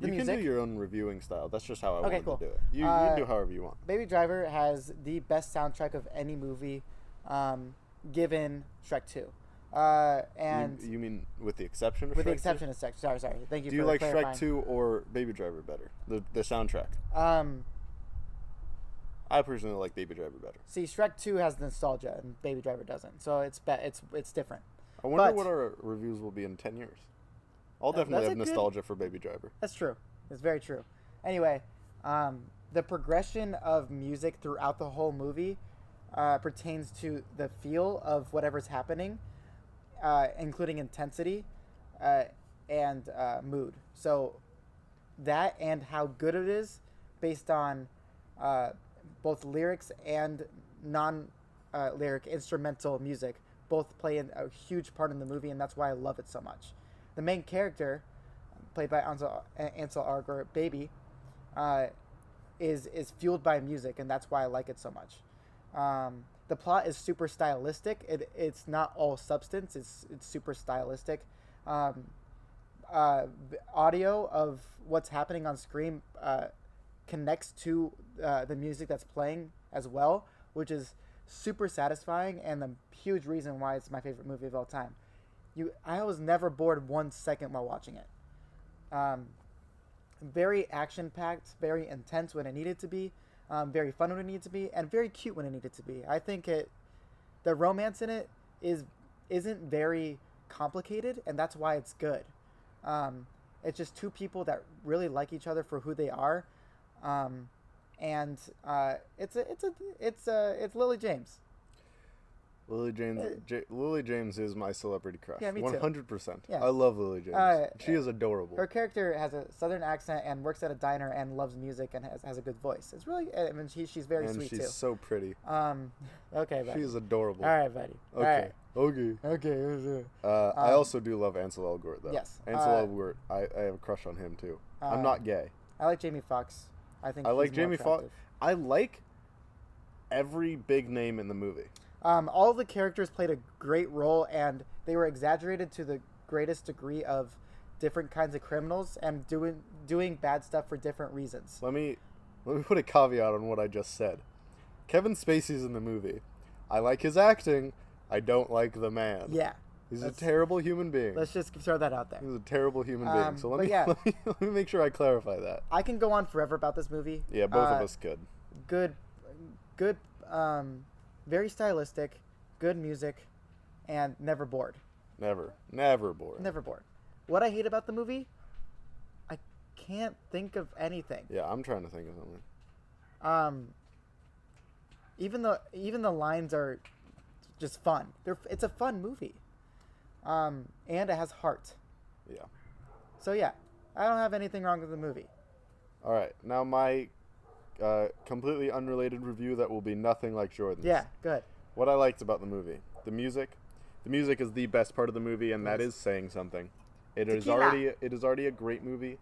The You can music. do your own reviewing style. That's just how I Okay, wanted cool. to do it. You, you Uh, can do however you want. Baby Driver has the best soundtrack of any movie, um, given Shrek Two, uh, and you, you mean with the exception of with the Shrek exception of Shrek. Sorry, sorry. 2? Thank you. Do you for like clarifying. Shrek 2 or Baby Driver better? The, the soundtrack. Um, I personally like Baby Driver better. see, Shrek Two has nostalgia, and Baby Driver doesn't. So it's be- it's it's different. I wonder But- what our reviews will be in 10 years. I'll That- definitely that's have a good- nostalgia for Baby Driver. That's true. That's very true. Anyway, um, the progression of music throughout the whole movie uh, pertains to the feel of whatever's happening, uh, including intensity uh, and uh, mood. So that and how good it is, based on uh, both lyrics and non-lyric instrumental music, both play in a huge part in the movie, and that's why I love it so much. The main character, played by Ansel, Ansel Elgort, baby, uh, is is fueled by music, and that's why I like it so much. Um, the plot is super stylistic. It, it's not all substance. It's it's super stylistic. Um, uh, the audio of what's happening on screen uh, connects to uh, the music that's playing as well, which is super satisfying and the huge reason why it's my favorite movie of all time. You, I was never bored one second while watching it um, very action packed, very intense when it needed to be, um, very fun when it needed to be, and very cute when it needed to be. I think it, the romance in it is isn't very complicated, and that's why it's good. Um, it's just two people that really like each other for who they are, um, and uh, it's a it's a it's a it's Lily James. Lily James J- Lily James is my celebrity crush. Uh, Yeah, me too. 100%. Yeah. I love Lily James. Uh, she is adorable. Her character has a southern accent and works at a diner and loves music and has, has a good voice. It's really I mean she, she's very and sweet she's too. so pretty. Um, okay, buddy. She is adorable. All right, buddy. All Okay. right. Okay. Okay. it was, uh, Uh, I also do love Ansel Elgort though. yes, Ansel uh, Elgort. I, I have a crush on him too. uh, I'm not gay. I like Jamie Foxx. I think I he's like more Jamie Foxx. attractive. I like every big name in the movie. Um, all the characters played a great role, and they were exaggerated to the greatest degree of different kinds of criminals and doing doing bad stuff for different reasons. Let me let me put a caveat on what I just said. Kevin Spacey's in the movie. I like his acting. I don't like the man. Yeah, He's a let's- terrible human being. let's just throw that out there. He's a terrible human Um, being. So but let me, yeah. let me let me make sure I clarify that. I can go on forever about this movie. Yeah, both of Uh, us could. good, good, um, very stylistic, good music, and never bored. Never, never bored. Never bored. What I hate about the movie, I can't think of anything. Yeah, I'm trying to think of something. Um, even the even the lines are just fun. They're, it's a fun movie, um, and it has heart. Yeah. So yeah, I don't have anything wrong with the movie. All right, now my uh, completely unrelated review that will be nothing like Jordan's. Yeah, good. What I liked about the movie, the music. The music is the best part of the movie, and that Yes. is saying something. It is Tequila. already it is already a great movie,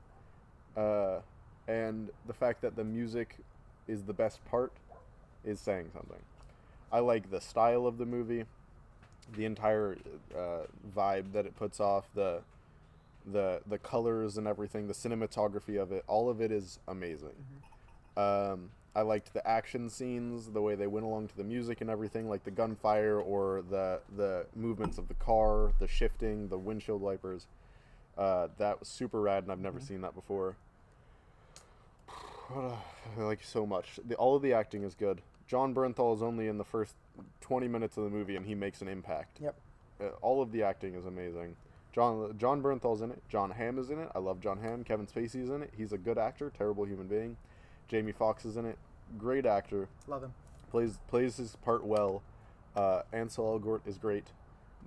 uh, and the fact that the music is the best part is saying something. I like the style of the movie, the entire uh, vibe that it puts off, the the the colors and everything, the cinematography of it. All of it is amazing. Um, I liked the action scenes, the way they went along to the music and everything, like the gunfire or the the movements of the car, the shifting, the windshield wipers. Uh, that was super rad, and I've never seen that before. What a- I like so much. The, all of the acting is good. John Bernthal is only in the first twenty minutes of the movie, and he makes an impact. Yep. Uh, all of the acting is amazing. John John Bernthal's in it. John Hamm is in it. I love John Hamm. Kevin Spacey's in it. He's a good actor, terrible human being. Jamie Foxx is in it. Great actor. Love him. Plays plays his part well. Uh, Ansel Elgort is great.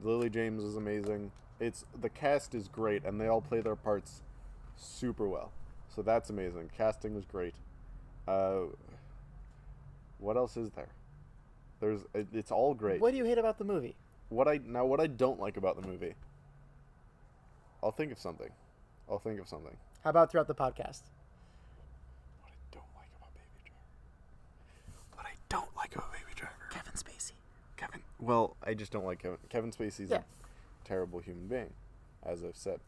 Lily James is amazing. It's the cast is great, and they all play their parts super well. So that's amazing. Casting was great. Uh, what else is there? There's it, it's all great. What do you hate about the movie? What I now what I don't like about the movie. I'll think of something. I'll think of something. How about throughout the podcast? What I don't like about Baby Driver. What I don't like about Baby Driver. Kevin Spacey. Kevin. Well, I just don't like Kevin. Kevin Spacey's Yeah. a terrible human being, as I've said.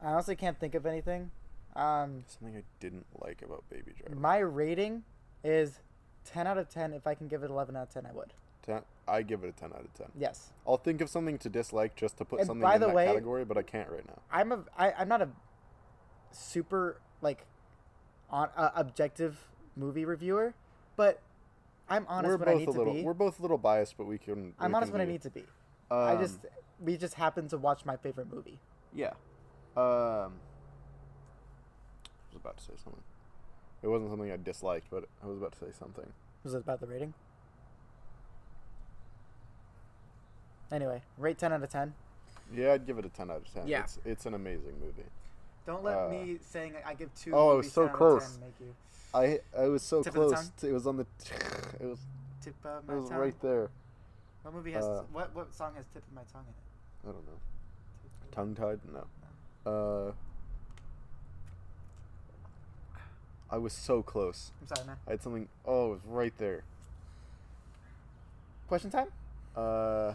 I honestly can't think of anything. Um, Something I didn't like about Baby Driver. my rating is 10 out of 10. If I can give it 11 out of 10, I would. Ten, I give it a ten out of ten. Yes. I'll think of something to dislike just to put And something by in the that way- category, but I can't right now. I'm a I, I'm not a super like on uh, objective movie reviewer, but I'm honest we're when both I need a to little. be. We're both a little biased, but we can. I'm we honest can when I be- need to be. I Um, just we just happen to watch my favorite movie. Yeah. Um, I was about to say something. It wasn't something I disliked, but I was about to say something. Was it about the rating? Anyway, rate 10 out of 10. Yeah, I'd give it a 10 out of 10. Yeah. It's, it's an amazing movie. Don't let Uh, me saying I give two. Oh, it was movies so 10 out of close. 10 make you I I was so Tip of the close. tongue? to- it was on the. it was tip of it was right there. What movie has- uh, what what song has tip of my tongue in I don't know. Tongue tied? No. Uh. I was so close. I'm sorry, man. I had something. Oh, it was right there. Question time. Uh.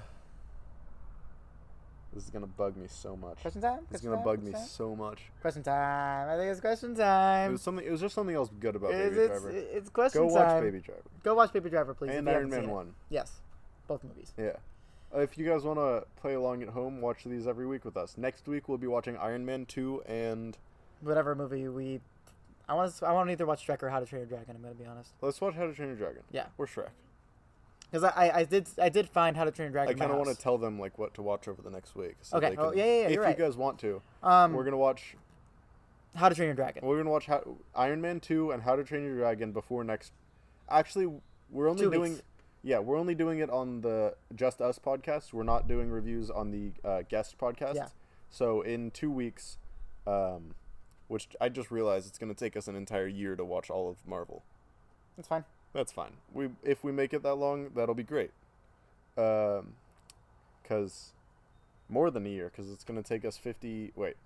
This is gonna bug me so much. Question time. This is Question gonna time? bug me Question time? so much. Question time. I think it's question It time. was something. It was just something else good about It is- Baby it's, Driver. it's question Go time. watch Baby Driver Go watch Baby Driver, please. if and you Iron haven't seen Man it. One. Yes, both movies. Yeah. Uh, if you guys want to play along at home, watch these every week with us. Next week we'll be watching Iron Man Two and Whatever movie we, I want to. I want to either watch Shrek or How to Train Your Dragon. I'm gonna be honest, let's watch How to Train Your Dragon. Yeah. We're Shrek. because I, I I did I did find How to Train Your Dragon. I kind of want to to. tell them like what to watch over the next week. So Okay. They can, Oh, yeah, yeah, yeah, If you're right. you guys want to, Um, we're gonna watch. How to Train Your Dragon. We're gonna watch How, Iron Man Two and How to Train Your Dragon before next. Actually, we're only Two doing. weeks. Yeah, we're only doing it on the Just Us podcast. We're not doing reviews on the uh, guest podcast. Yeah. So in two weeks, um, which I just realized it's going to take us an entire year to watch all of Marvel. It's fine. That's fine. We if we make it that long, that'll be great. Um, cause more than a year, cause it's gonna take us fifty. Wait,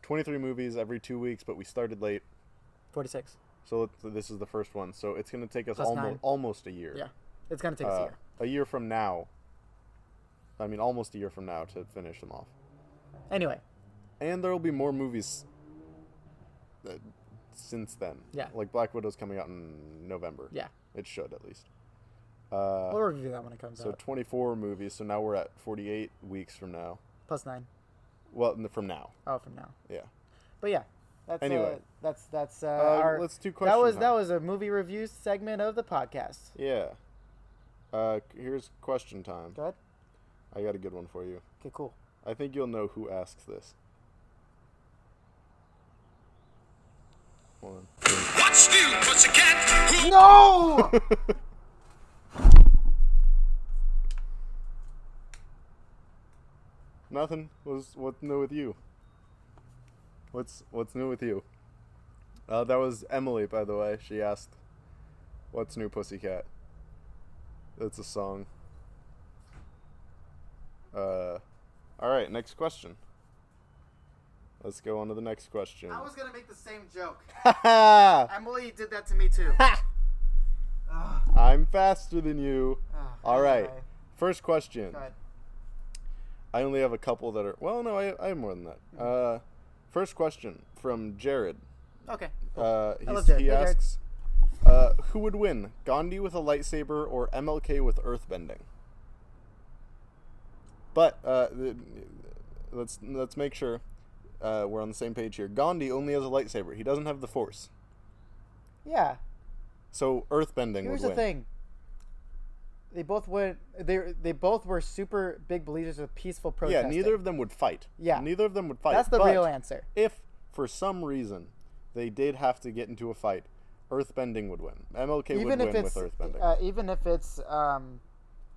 twenty three movies every two weeks, but we started late, Forty six. so let's- this is the first one. So it's gonna take us Plus almost nine. almost a year. Yeah, it's gonna take us a Uh, year. a year from now. I mean, almost a year from now to finish them off, Anyway, and there will be more movies. Uh, since then, Yeah. like Black Widow's coming out in November. yeah, It should at least. Uh, we'll review that when it comes So out. 24 movies. So now we're at 48 weeks from now. Plus nine. Well, n- from now. Oh, from now. Yeah. But yeah, that's Anyway. uh, that's that's uh, Uh, our. let's do question. that was that time. was a movie review segment of the podcast. Yeah. Uh, c- here's question time. Go ahead. I got a good one for you. Okay, cool. I think you'll know who asks this. Hold on. What's new, pussycat? Who No! Nothing. What's what's new with you? What's what's new with you? Uh, that was Emily, by the way. She asked, "What's new, Pussycat?" That's a song. Uh, all right. Next question. Let's go on to the next question. I was gonna make the same joke. Ha! Emily did that to me too. Ugh. I'm faster than you. Ugh. All right. Anyway, First question. Ah, go ahead. I only have a couple that are. Well, no, I, I have more than Hmm. that. Uh, first question from Jared. Okay. Uh, Oh, love he's, Jared. he Hey, Jared. asks, uh, who would win, Gandhi with a lightsaber or MLK with earthbending? But uh, th- let's let's make sure uh, we're on the same page here. Gandhi only has a lightsaber; he doesn't have the Force, Yeah. so earthbending Here's would win. the thing. They both went. They they both were super big believers of peaceful Yeah, protesting. neither of them would fight. Yeah. neither of them would fight. That's the but real answer. If for some reason they did have to get into a fight, earthbending would win. MLK would Even if win it's with earthbending. uh, even if it's um,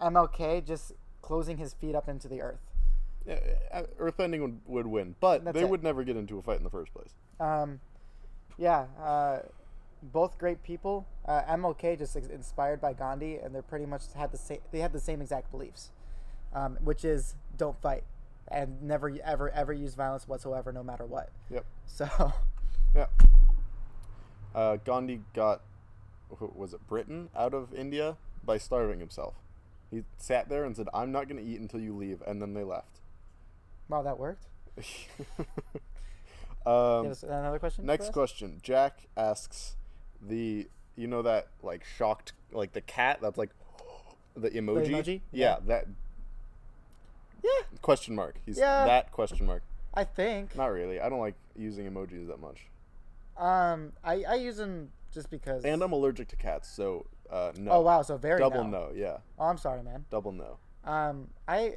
MLK just closing his feet up into the earth. Yeah, uh, Earthbending would, would win, but That's they it. would never get into a fight in the first place. Um, yeah. Uh, both great people. Uh, MLK just is inspired by Gandhi, and they're pretty much had the same. They had the same exact beliefs, um, which is don't fight, and never ever ever use violence whatsoever, no matter what. Yep. So. Yeah. Uh, Gandhi got, wh- was it Britain, out of India by starving himself. He sat there and said, I'm not going to eat until you leave, and then they left. Wow, that worked. um, Give us another question. for next us? question. Jack asks the, you know, that like shocked, like the cat that's like the emoji? emoji? Yeah, that Yeah, question mark. He's Yeah. that question mark. I think. Not really. I don't like using emojis that much. Um, I, I use them just because. And I'm allergic to cats, so uh, no. Oh wow, so very Double no. no. yeah. Oh, I'm sorry, man. Double no. Um, I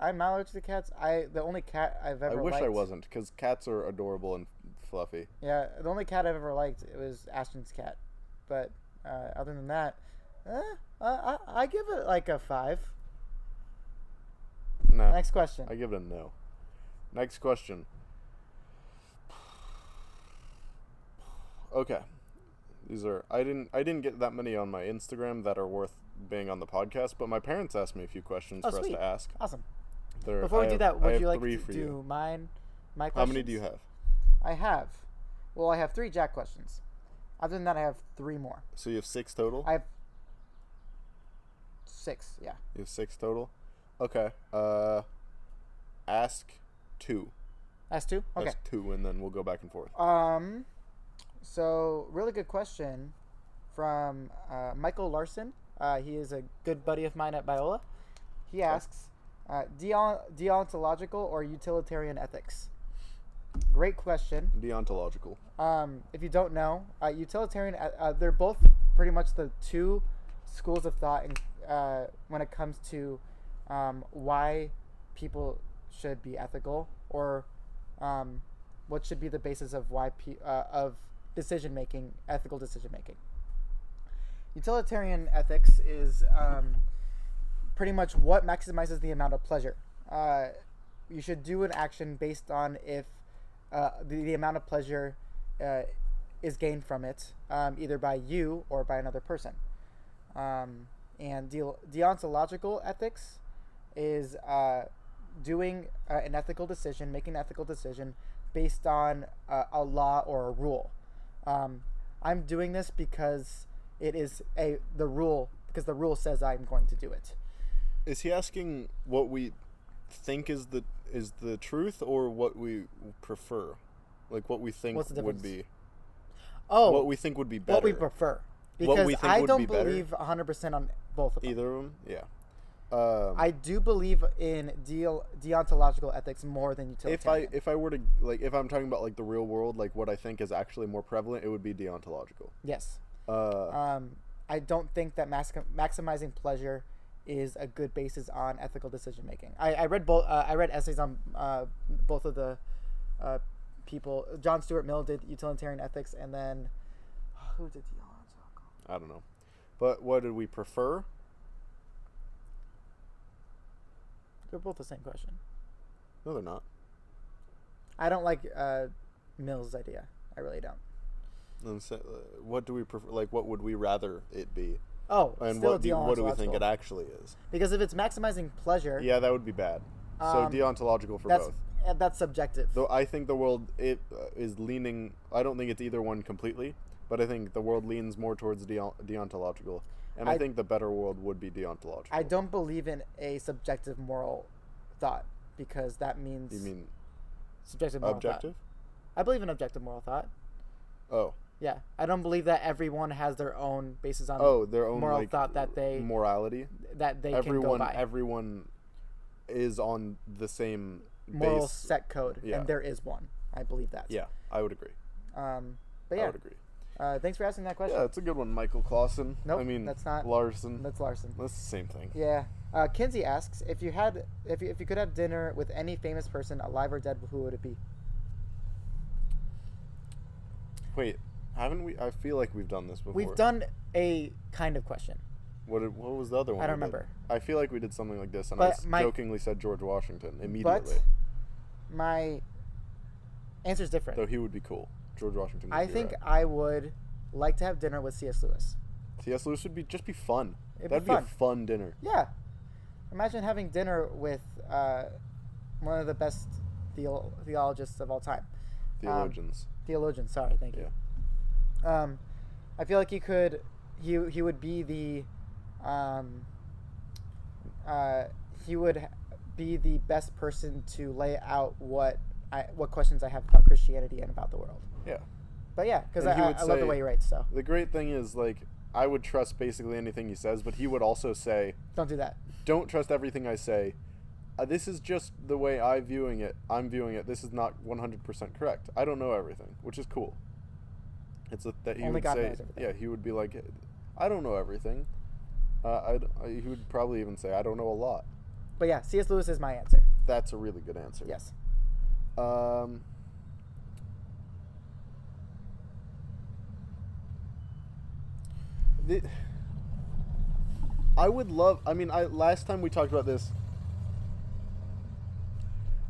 I'm not allergic to cats. I the only cat I've I ever. wish I liked- wasn't, because cats are adorable and fluffy. Yeah, the only cat I've ever liked it was Ashton's cat, but uh, other than that, eh, I, I I give it like a five. No. Next question. I give it a no. Next question. Okay. These are I didn't I didn't get that many on my Instagram that are worth being on the podcast, but my parents asked me a few questions Oh, for sweet. us to ask. Awesome. There- Before I we do have- that, I would have you like three to for do you. mine? My How questions? many do you have? I have. Well, I have three Jack questions. Other than that, I have three more. So you have six total? I have six. Yeah. You have six total. Okay. Uh, ask two. That's two. Okay. Ask two, and then we'll go back and forth. Um, so really good question from uh, Michael Larson. Uh, he is a good buddy of mine at Biola. He asks, uh, deon- deontological or utilitarian ethics? Great question. Deontological. Um, if you don't know, uh, utilitarian, uh, uh, they're both pretty much the two schools of thought in, uh, when it comes to um, why people should be ethical or um, what should be the basis of why pe- uh, of decision making, ethical decision making. Utilitarian ethics is um, pretty much what maximizes the amount of pleasure. Uh, you should do an action based on if uh, the, the amount of pleasure uh, is gained from it, um, either by you or by another person. Um, and de- deontological ethics is uh, doing uh, an ethical decision, making an ethical decision based on uh, a law or a rule. Um, I'm doing this because it is a the rule because the rule says I'm going to do it. Is he asking what we think is the is the truth, or what we prefer, like what we think What's the would be difference? Oh, what we think would be better? what we prefer. What Because we think I would don't be better? believe 100% on both of them. Either of them, yeah. Um, I do believe in deal, deontological ethics more than if I utilitarian. if I were to like if I'm talking about like the real world, like what I think is actually more prevalent, it would be deontological. yes. Uh, Um, I don't think that mas- maximizing pleasure is a good basis on ethical decision making. I, I read both. Uh, I read essays on uh, both of the uh, people. John Stuart Mill did utilitarian ethics, and then uh, who did deontological? I don't know, but what did we prefer? They're both the same question. No, they're not. I don't like uh, Mill's idea. I really don't. And so, uh, what do we prefer? Like, what would we rather it be? Oh, And still what do, what do we think deontological. it actually is? Because if it's maximizing pleasure, Yeah, that would be bad. Um, so deontological for that's both. uh, that's subjective. Though I think the world it uh, is leaning. I don't think it's either one completely, but I think the world leans more towards deon- deontological, and I, I- think the better world would be deontological. I don't believe in a subjective moral thought because that means You mean subjective moral objective? thought. I believe in objective moral thought. Oh, Yeah, I don't believe that everyone has their own basis on oh, their own moral like, thought that they morality. that they can go Everyone, by everyone is on the same moral base. set code, yeah. and there is one. I believe that. Yeah, I would agree. Um, but I yeah, would agree. uh, thanks for asking that question. Yeah, it's a good one, Michael Clausen. Nope, I mean, that's not- Larson. That's Larson. That's the same thing. Yeah. Uh, Kinsey asks if you had if you, if you could have dinner with any famous person, alive or dead, who would it be? Wait, haven't we? I feel like we've done this before. We've done a kind of question. What, did- what was the other one? don't we did? remember. I feel like we did something like this, and I But s- my- jokingly said George Washington But immediately. my answer is different. Though he would be cool. George Washington. Would I be think rad. I would like to have dinner with C.S. Lewis. C.S. Lewis would be just be fun. It'd be That'd be, fun. a fun dinner. Yeah. Imagine having dinner with uh, one of the best theo- theologists of all time. Um, Theologians. Theologian, sorry, thank you. Um, I feel like he could, he, he would be the, um, uh, he would h- be the best person to lay out what I, what questions I have about Christianity and about the world. yeah. But yeah, because And I, he I, would I love the say- way he writes, so The great thing is like I would trust basically anything he says, but he would also say, don't do that. "Don't trust everything I say." Uh, this is just the way I viewing it. I'm viewing it. This is not 100% correct. I don't know everything, which is cool. It's a, that he Only would God say. knows everything. Yeah, he would be like, "I don't know everything." Uh, I'd, I, he would probably even say, "I don't know a lot." But yeah, C.S. Lewis is my answer. That's a really good answer. Yes. Um, the, I would love. I mean, I last time we talked about this.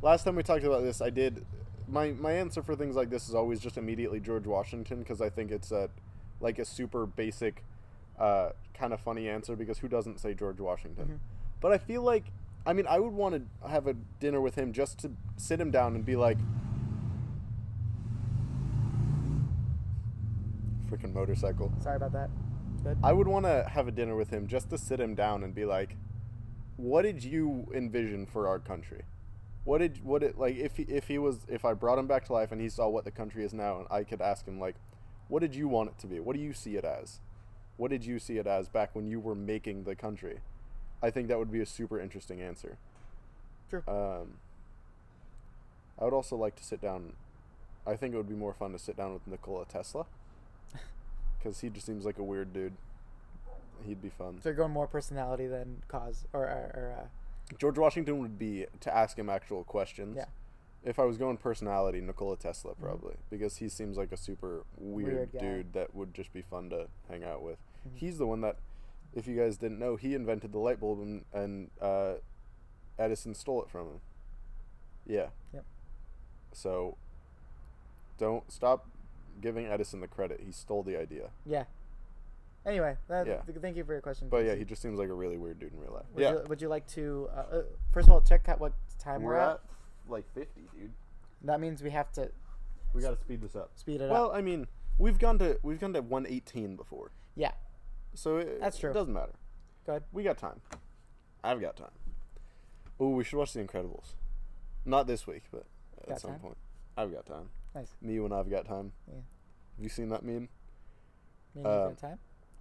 Last time we talked about this, I did. My my answer for things like this is always just immediately George Washington because I think it's a, like a super basic, uh, kind of funny answer because who doesn't say George Washington? But I feel like, I mean, I would want to have a dinner with him just to sit him down and be like. Freaking motorcycle. Sorry about that. Good. I would want to have a dinner with him just to sit him down and be like, "What did you envision for our country? What did what it like if he, if he was if I brought him back to life and he saw what the country is now and I could ask him like, "What did you want it to be? What do you see it as? What did you see it as back when you were making the country?" I think that would be a super interesting answer. True. Um, I would also like to sit down. I think it would be more fun to sit down with Nikola Tesla because he just seems like a weird dude. He'd be fun. So you're going more personality than cause or, or, or uh, George Washington would be to ask him actual questions. Yeah. Mm-hmm. If I was going personality, Nikola Tesla probably because he seems like a super weird, Weird guy. Mm-hmm. dude that would just be fun to hang out with. He's the one that, if you guys didn't know, he invented the light bulb and, and uh, Edison stole it from him. Yeah. Yep. So don't stop giving Edison the credit. He stole the idea. yeah. Anyway, that, Yeah. th- thank you for your question. But yeah, Casey. he just seems like a really weird dude in real life. would yeah. You, would you like to? Uh, uh, first of all, check out what time we're, at. like 50, dude. That means we have to We got to speed this up. speed it Well, up. I mean, we've gone to we've gone to 118 before. Yeah. So it, That's true. it doesn't matter. Go ahead. We got time. I've got time. Ooh, we should watch The Incredibles. Not this week, but at Got some time? point. I've got time. Nice. Me when I've got time. Yeah. Have you seen that meme? Me and you Um, got time.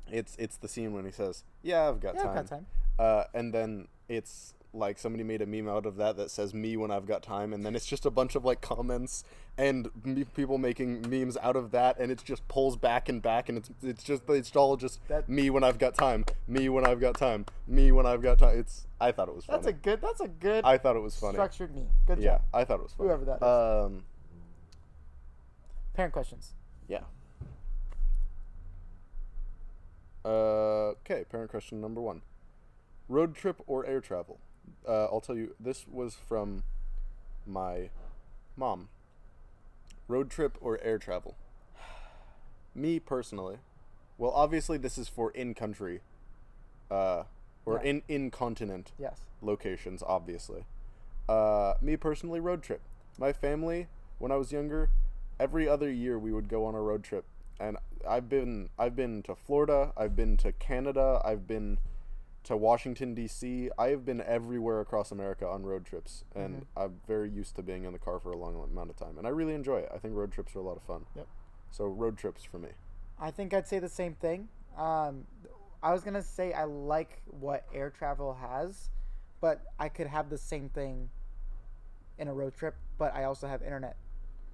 It's it's the scene when he says, "Yeah, I've got Yeah, I've time." got time. Uh, and then it's like somebody made a meme out of that that says "me when I've got time," and then it's just a bunch of like comments and me- people making memes out of that, and it just pulls back and back, and it's it's just it's all just That- me when I've got time, me when I've got time, me when I've got time. It's I thought it was funny. That's a good. That's a good I thought it was funny. structured meme. Good Yeah, job. I thought it was funny. Whoever that is. Um, Parent questions. yeah. Uh, okay, parent question number one road trip or air travel? Uh, I'll tell you, this was from my mom. Road trip or air travel? me personally, well, obviously this is for in country, uh, or Yeah. in in continent Yes. locations, obviously. Uh, me personally, road trip. My family, when I was younger, every other year we would go on a road trip, and I've been I've been to Florida, I've been to Canada, I've been to Washington D.C. I have been everywhere across America on road trips, and Mm-hmm. I'm very used to being in the car for a long amount of time, and I really enjoy it. I think road trips are a lot of fun. Yep. So road trips for me. I think I'd say the same thing. Um, I was gonna say I like what air travel has, but I could have the same thing in a road trip. But I also have internet.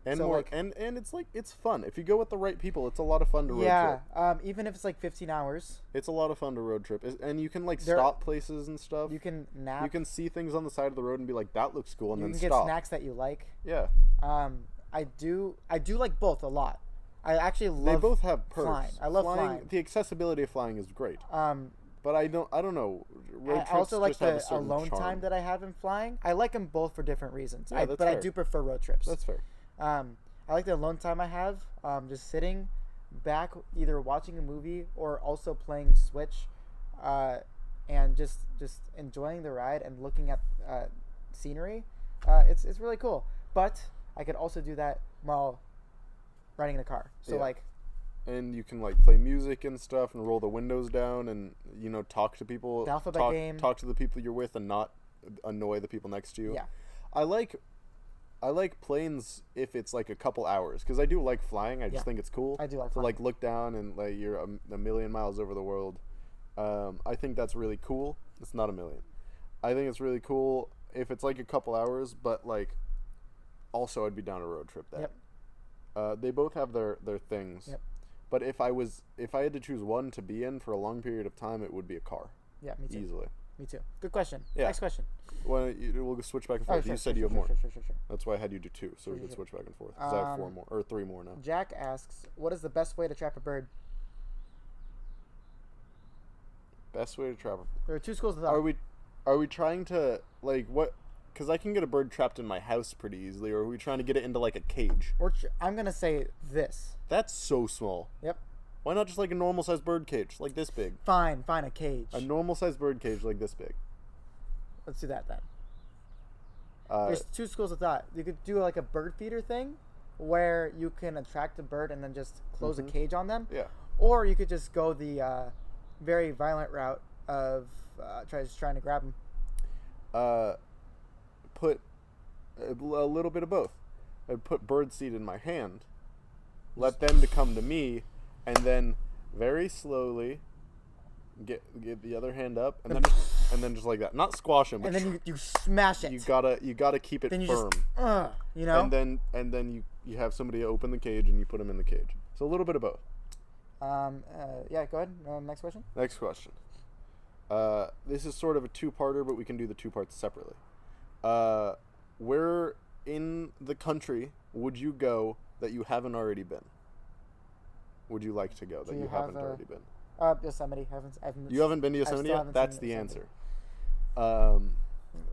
And So, more, like- and and it's like it's fun if you go with the right people. It's a lot of fun to road yeah, trip. um, even if it's like 15 hours, It's a lot of fun to road trip, Is- and you can like There- stop places and stuff. you can nap. you can see things on the side of the road and be like, "That looks cool," and you then can get stop. snacks that you like. Yeah, Um, I do. I do like both a lot. I actually they love. both have perks. flying. I love flying. The accessibility of flying is great, Um, but I don't. I don't know. Road I trips also like just have the a certain alone charm. time that I have in flying. I like them both for different reasons. Yeah, I, that's but I fair. do prefer road trips. That's fair. Um, I like the alone time I have, um, just sitting back, either watching a movie or also playing Switch, uh, and just just enjoying the ride and looking at uh, scenery. Uh, it's it's really cool. But I could also do that while riding in a car. So Yeah. like, And you can like play music and stuff, and roll the windows down, and you know talk to people. The alphabet talk, game. Talk to the people you're with, and not annoy the people next to you. Yeah. I like. I like planes if it's like a couple hours because I do like flying. I just Yeah. think it's cool. I do like to like look down and like you're a, a million miles over the world. Um, I think that's really cool. It's not a million. I think it's really cool if it's like a couple hours, but like also I'd be down a road trip. That Yep. uh, they both have their their things. Yep. But if I was if I had to choose one to be in for a long period of time, it would be a car yeah, me too. easily. Me too. Good question. Yeah. Next question. Well, you, we'll switch back and Oh, forth. sure, you sure, said you sure, have more. Sure, sure, sure, sure. That's why I had you do two, so we could sure. switch back and forth. 'cause I have four Um, more or three more now. Jack asks, "What is the best way to trap a bird?" Best way to travel. There are two schools of thought. Are we, are we trying to like what? Because I can get a bird trapped in my house pretty easily. Or are we trying to get it into like a cage? Or tr- I'm gonna say this. That's so small. Yep. Why not just like a normal sized bird cage, like this big? Fine, fine, a cage. A normal sized bird cage, like this big. Let's do that then. Uh, There's two schools of thought. You could do like a bird feeder thing, where you can attract a bird and then just close a cage on them. Mm-hmm. yeah. Or you could just go the uh, very violent route of uh, try, just trying to grab them. uh, put a, a little bit of both. I'd put bird seed in my hand, let them to come to me, and then very slowly get get the other hand up, and then and then just like that, not squash them. And then you, you smash it. you gotta you gotta keep it then you firm, just, uh, you know. and then and then you you have somebody open the cage and you put them in the cage. So a little bit of both. um, uh, yeah. Go ahead. Uh, next question. Next question. Uh, this is sort of a two-parter, but we can do the two parts separately. Uh, where in the country would you go that you haven't already been? Would you like to go that Do you, you have haven't a- already been? Uh, Yosemite. I haven't. I haven't You haven't been to I still Yosemite yet. haven't That's seen the Yosemite. answer. Um,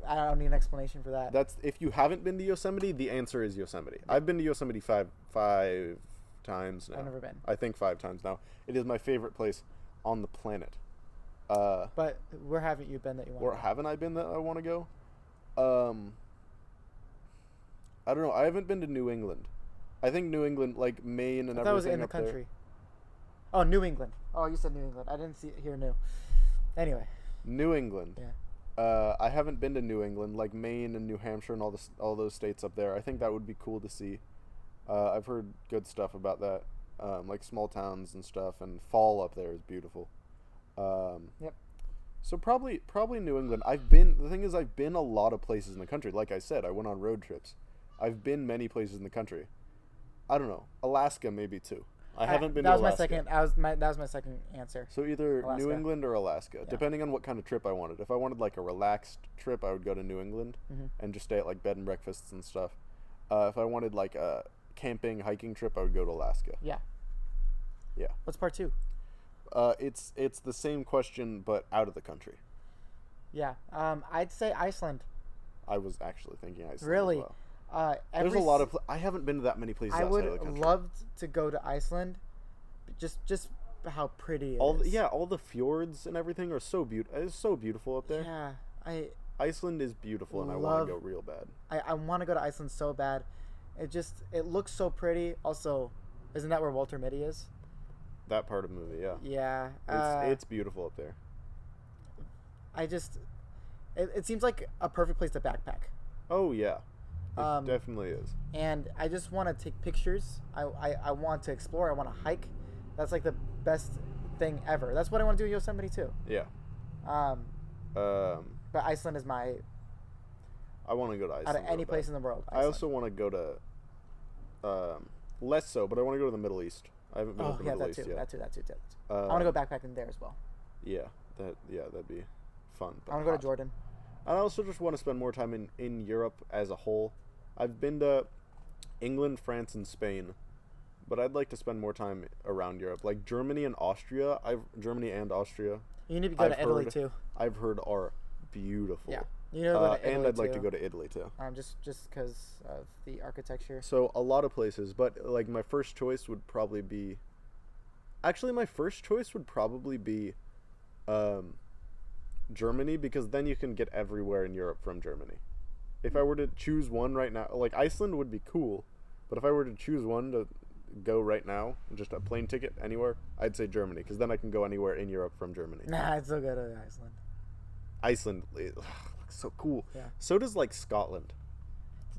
I don't need an explanation for that. that's if you haven't been to Yosemite, the answer is Yosemite. I've been to Yosemite five five times now. never been. I think five times now. It is my favorite place on the planet. Uh, But where haven't you been that you want? or to go? haven't I been that I want to go? Um, I don't know. I haven't been to New England. I think New England, like Maine and I everything. thought it was in the up there- country. Oh, New England. Oh, you said New England. I didn't see hear New. Anyway, New England. yeah. Uh, I haven't been to New England, like Maine and New Hampshire and all this, all those states up there. I think that would be cool to see. Uh, I've heard good stuff about that, um, like small towns and stuff, and fall up there is beautiful. Um, Yep. So probably probably New England. I've been the thing is I've been a lot of places in the country. Like I said, I went on road trips. I've been many places in the country. I don't know. Alaska maybe too. I haven't been That to was my Alaska. second. I was my that was my second answer. So either New Alaska. England or Alaska, depending on what kind of trip I wanted. If I wanted like a relaxed trip, I would go to New England Mm-hmm. and just stay at like bed and breakfasts and stuff. Uh, if I wanted like a camping, hiking trip, I would go to Alaska. Yeah. Yeah. What's part two? Uh, it's it's the same question but out of the country. Yeah. Um, I'd say Iceland. I was actually thinking Iceland. as Really. well. Uh, There's every a lot s- of. Pl- I haven't been to that many places I outside would of the country. loved to go to Iceland just just how pretty it is. all the, yeah, all the fjords and everything are so beautiful. It's so beautiful up there. Yeah, I Iceland is beautiful, and I want Love- to go real bad. I, I want to go to Iceland so bad. It just it looks so pretty. Also, isn't that where Walter Mitty is? That part of the movie, yeah, Yeah. uh, it's it's beautiful up there. I just it, it seems like a perfect place to backpack. Oh yeah, it Um, definitely is. and I just want to take pictures. I, I, I want to explore. I want to hike. That's like the best thing ever. That's what I want to do in Yosemite too. Yeah, Um, um, but Iceland is my I want to go to Iceland. out of real any bad. place in the world. I Iceland. also want to go to, um, less so, but I want to go to the Middle East. I haven't been oh to the yeah, Middle that East too, yet. that too. That too. That too. I want to Um, go backpacking there as well. Yeah, that yeah, that'd be fun. but I want to go hot. to Jordan. I also just want to spend more time in, in Europe as a whole. I've been to England, France, and Spain, but I'd like to spend more time around Europe, like Germany and Austria. I've Germany and Austria. You need to go I've to Italy heard- too. I've heard are beautiful. Yeah, you need to go Uh, to Italy and I'd like to too. go to Italy too. Um, just just because of the architecture. So a lot of places, but like my first choice would probably be. Actually, my first choice would probably be, um, Germany because then you can get everywhere in Europe from Germany. If I were to choose one right now, like Iceland would be cool, but if I were to choose one to go right now, just a plane ticket anywhere, I'd say Germany because then I can go anywhere in Europe from Germany. Nah, I'd still go to Iceland. Iceland it looks so cool. Yeah. So does like Scotland.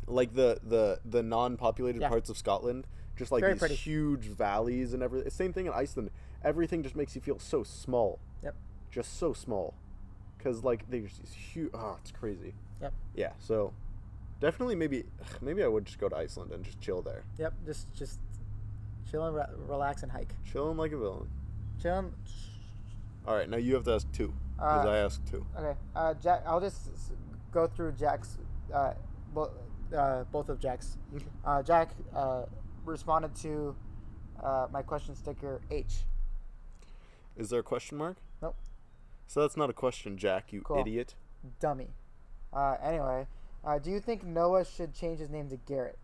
Like the the the non-populated Yeah. parts of Scotland, just like Very these pretty. huge valleys and everything. Same thing in Iceland. Everything just makes you feel so small, Yep, just so small, because like there's these huge. Oh, it's crazy. yep, Yeah. So definitely maybe maybe I would just go to Iceland and just chill there, yep. Just just chill and re- relax and hike. chilling like a villain. Chill. And, All right, now you have to ask two because Uh, I asked two. Okay, uh, Jack. I'll just s- go through Jack's, uh, bo- uh, both of Jack's. Mm-hmm. Uh, Jack uh, responded to uh, my question sticker H. Is there a question mark? Nope, So that's not a question, Jack. You Cool. idiot. dummy. Uh, anyway, uh, do you think Noah should change his name to Garrett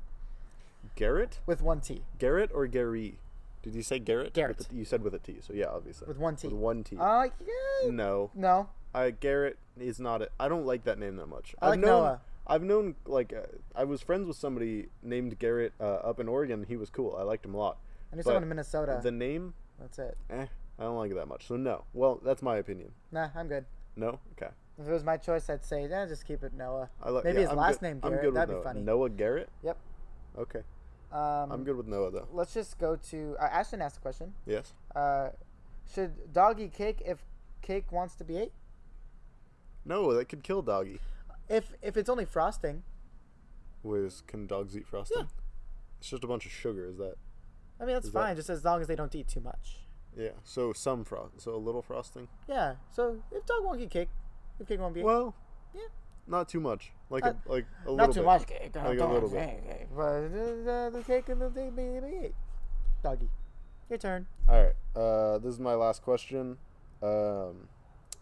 Garrett. with one T? Garrett or Gary? Did you say Garrett? Garrett. With a- you said with a T, so yeah, obviously. With one T. With one Mm. T. Uh, yeah. no, No. I Garrett is not. A, I don't like that name that much. I like known, Noah. I've known like uh, I was friends with somebody named Garrett uh, up in Oregon. He was cool. I liked him a lot. I knew But someone in Minnesota. The name, That's it. eh, I don't like it that much. So no. Well, that's my opinion. Nah, I'm good. No. Okay. If it was my choice, I'd say, nah, just keep it Noah. I like. Maybe yeah, his I'm last good- name I'm Garrett. good That'd with be Noah. funny. Noah Garrett. Yep. Okay. Um, I'm good with Noah though. Let's just go to. Uh, Ashton asked a question. Yes. Uh, should dog eat cake if cake wants to be ate? No, that could kill doggy. If if it's only frosting, Was can dogs eat frosting? It's just a bunch of sugar. Is that? I mean that's Is that- fine. Just as long as they don't eat too much. Yeah. So some frost. So a little frosting. Yeah. So if dog won't eat cake, if cake won't be, Well, yeah, not too much. Like Uh, a like a little not too bit. much cake. Like a little bit. Cake, but uh, the cake and the thing be, be ate. Doggy, your turn. All right. Uh, this is my last question. Um,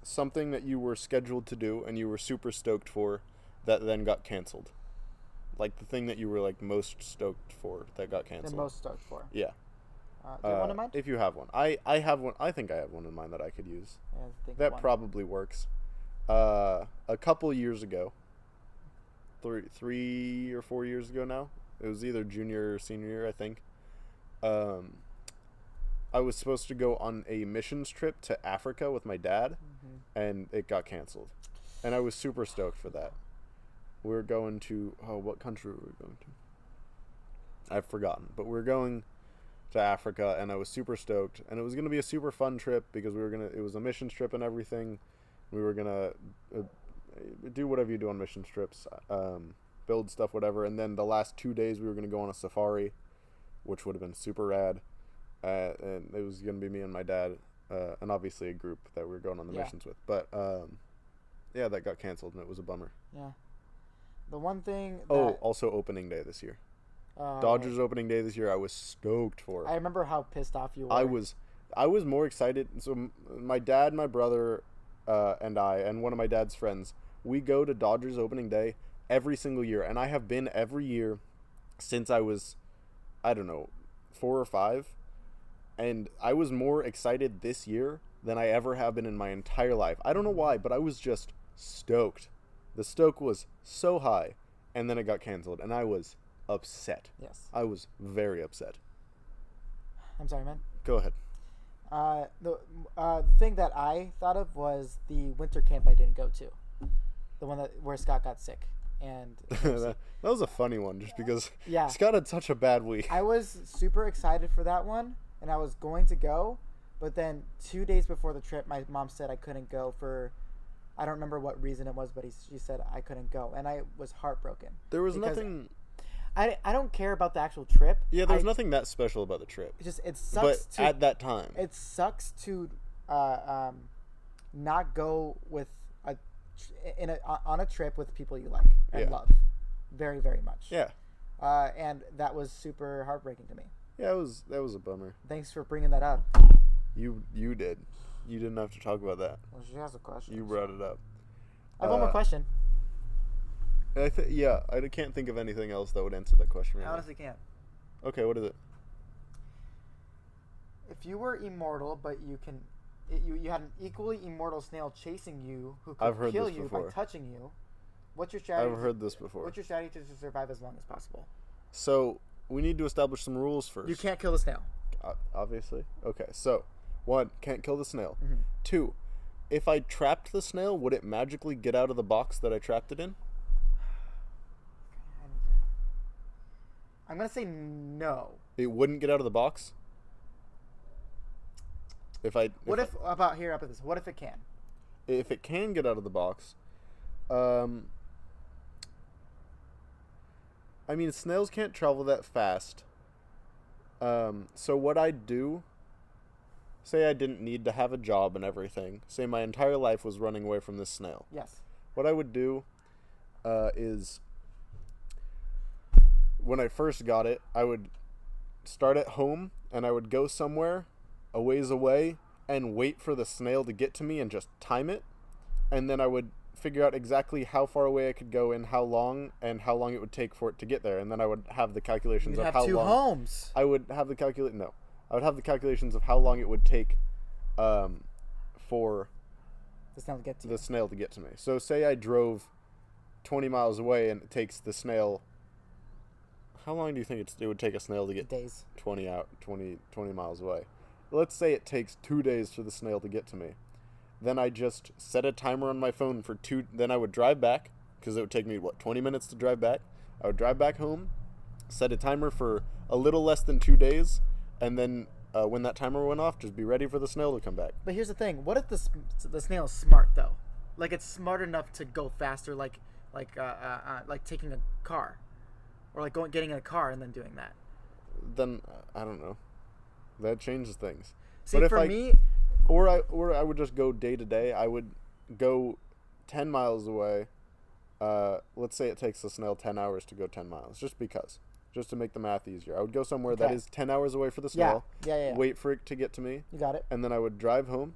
something that you were scheduled to do and you were super stoked for, that then got canceled. Like the thing that you were like most stoked for that got The canceled. most stoked for. Yeah. Uh, do you have one in Uh, mind? If you have one, I I have one. I think I have one in mind that I could use. Yeah, I think That one. probably works. Uh, a couple years ago, three three or four years ago now, it was either junior or senior year, I think. Um, I was supposed to go on a missions trip to Africa with my dad, Mm-hmm. and it got canceled. And I was super stoked for that. We were going to oh, what country were we going to? I've forgotten, but we we're going to Africa, and I was super stoked. And it was gonna be a super fun trip because we were gonna. It was a missions trip and everything. We were gonna uh, do whatever you do on missions trips, um, build stuff, whatever. And then the last two days, we were gonna go on a safari, which would have been super rad. Uh, and it was gonna be me and my dad, uh, and obviously a group that we were going on the Yeah. missions with. But um, yeah, that got canceled, and it was a bummer. Yeah. The one thing. That, Oh, also opening day this year. uh, Dodgers opening day this year. I was stoked for. it. Um, I remember how pissed off you were. I was, I was more excited. So m- my dad, my brother, uh, and I, and one of my dad's friends, we go to Dodgers opening day every single year, and I have been every year since I was, I don't know, four or five, and I was more excited this year than I ever have been in my entire life. I don't know why, but I was just stoked. The stoke was so high, and then it got canceled, and I was upset. Yes. I was very upset. I'm sorry, man. Go ahead. Uh, the uh, the thing that I thought of was the winter camp I didn't go to, the one that where Scott got sick, and that was a funny one, just because Yeah. Scott had such a bad week. I was super excited for that one, and I was going to go, but then two days before the trip, my mom said I couldn't go for, I don't remember what reason it was, but he, she said I couldn't go, and I was heartbroken. There was because- nothing. I, I don't care about the actual trip. Yeah, there was I- nothing that special about the trip. It just it But sucks to at that time, it sucks to uh, um, not go with a tr- in a on a trip with people you like and Yeah. love very very much. yeah, Uh, and that was super heartbreaking to me. yeah, it was that was a bummer. Thanks for bringing that up. You you did. You didn't have to talk about that. Well, she has a question. You brought it up. I have one more uh, question. And I th- yeah, I can't think of anything else that would answer that question right now. can't. Okay, what is it? If you were immortal, but you can, it, you you had an equally immortal snail chasing you who could I've heard kill this you by before. touching you. What's your strategy? I've heard this before. What's your strategy to survive as long as possible? So we need to establish some rules first. You can't kill the snail. O- obviously. Okay, so one, can't kill the snail. Mm-hmm. Two, if I trapped the snail, would it magically get out of the box that I trapped it in? I need to- I'm gonna say no. It wouldn't get out of the box. If I What I- if about here up at this? What if it can? if it can get out of the box, um, I mean snails can't travel that fast. Um, so what I'd do, say I didn't need to have a job and everything, say my entire life was running away from this snail. Yes. What I would do, uh, is when I first got it, I would start at home and I would go somewhere a ways away and wait for the snail to get to me and just time it. And then I would figure out exactly how far away I could go and how long and how long it would take for it to get there. And then I would have the calculations You of have how two long. homes. I would have the calculate. No, I would have the calculations of how long it would take um, for The snail gets you. the snail to get to me. So say I drove 20 miles away and it takes the snail How long do you think it's, it would take a snail to get Days. 20 out 20 20 miles away? Let's say it takes 2 days for the snail to get to me. Then I just set a timer on my phone for 2 then I would drive back because it would take me what 20 minutes to drive back. I would drive back home, set a timer for a little less than 2 days and then uh, when that timer went off, just be ready for the snail to come back. But here's the thing. What if the s- the snail is smart though? Like it's smart enough to go faster, like like uh, uh, uh, like taking a car, or like going getting in a car and then doing that. then I don't know. That changes things. See, But if for I- me, or I or I would just go day to day. I would go ten miles away. Uh, let's say it takes the snail ten hours to go ten miles, just because, just to make the math easier. I would go somewhere that Okay. is ten hours away for the snail. Yeah, yeah, yeah. Wait for it to get to me, you got it. and then I would drive home,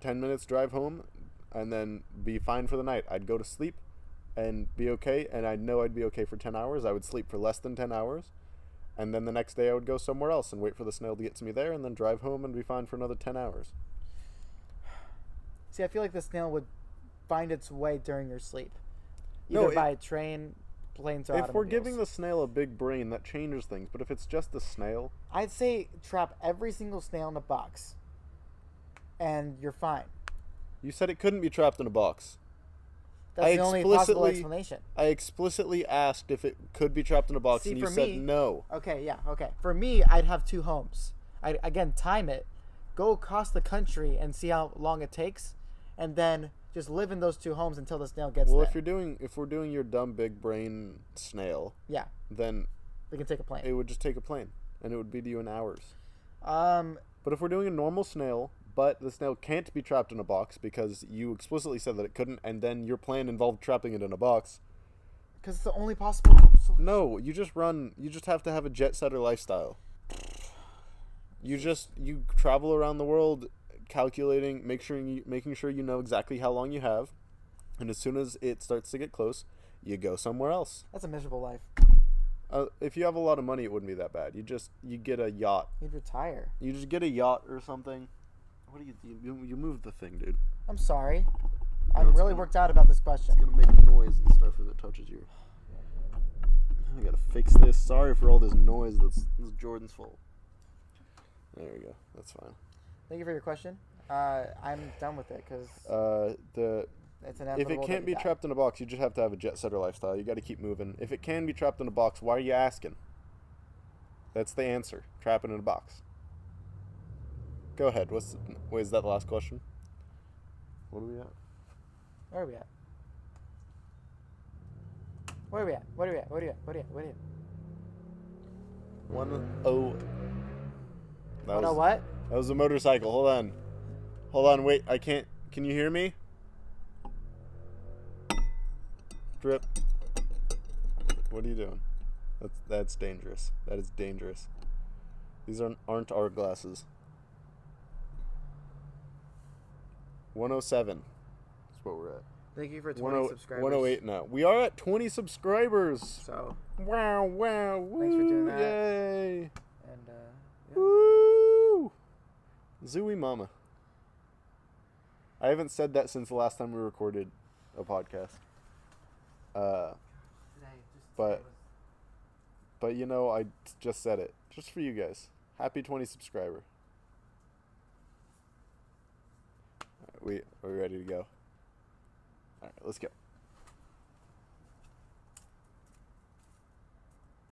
ten minutes drive home, and then be fine for the night. I'd go to sleep, and be okay. And I'd know I'd be okay for ten hours. I would sleep for less than ten hours, and then the next day I would go somewhere else and wait for the snail to get to me there, and then drive home and be fine for another ten hours. See, I feel like the snail would find its way during your sleep, either No, it- by train, planes, or If we're giving automobiles. the snail a big brain, that changes things. But if it's just the snail, I'd say trap every single snail in a box, and you're fine. you said it couldn't be trapped in a box. That's I the only possible explicitly- explanation. I explicitly asked if it could be trapped in a box, See, and you for said me- no. Okay, yeah, okay. For me, I'd have two homes. I again time it, go across the country and see how long it takes, and then just live in those two homes until the snail gets Well, there. if you're doing if we're doing your dumb big brain snail, yeah, then we can take a plane. it would just take a plane and it would be to you in hours. um, But if we're doing a normal snail, but the snail can't be trapped in a box because you explicitly said that it couldn't, and then your plan involved trapping it in a box. because it's the only possible. solution. No, you just run. You just have to have a jet setter lifestyle. You just you travel around the world, calculating, make sure you, making sure you know exactly how long you have, and as soon as it starts to get close, you go somewhere else. That's a miserable life. Uh, if you have a lot of money, it wouldn't be that bad. You just you get a yacht. You'd retire. You just get a yacht or something. What do you you- you you move the thing, dude? I'm sorry. I'm it's really gonna- worked out about this question. It's gonna make noise and stuff if it touches you. I gotta fix this. Sorry for all this noise. That's this is Jordan's fault. There we go. That's fine. Thank you for your question. Uh, I'm done with it because Uh, the it's if inevitable. it that can't you be die. trapped in a box, you just have to have a jet setter lifestyle. You got to keep moving. If it can be trapped in a box, why are you asking? That's the answer. Trap it in a box. Go ahead. What's wait, is that the last question? What are we at? where are we at? Where are we at? What are we at? What are we at? What are we at? What are we at? One oh. That Oh, no, was, what? That was a motorcycle. Hold on. Hold on. Wait. I can't. Can you hear me? Drip. What are you doing? That's that's dangerous. That is dangerous. These aren't aren't our glasses. 107. That's oh what we're at. oh, Thank you for 10- 108 now. We are at 20 subscribers. So Wow! Wow! Woo, Thanks for doing that. Yay! and uh, yeah. Woo! Zooey Mama. I haven't said that since the last time we recorded a podcast. Uh, but but you know, I just said it just for you guys. Happy 20 subscriber. Alright, we are we ready to go? All right, let's go.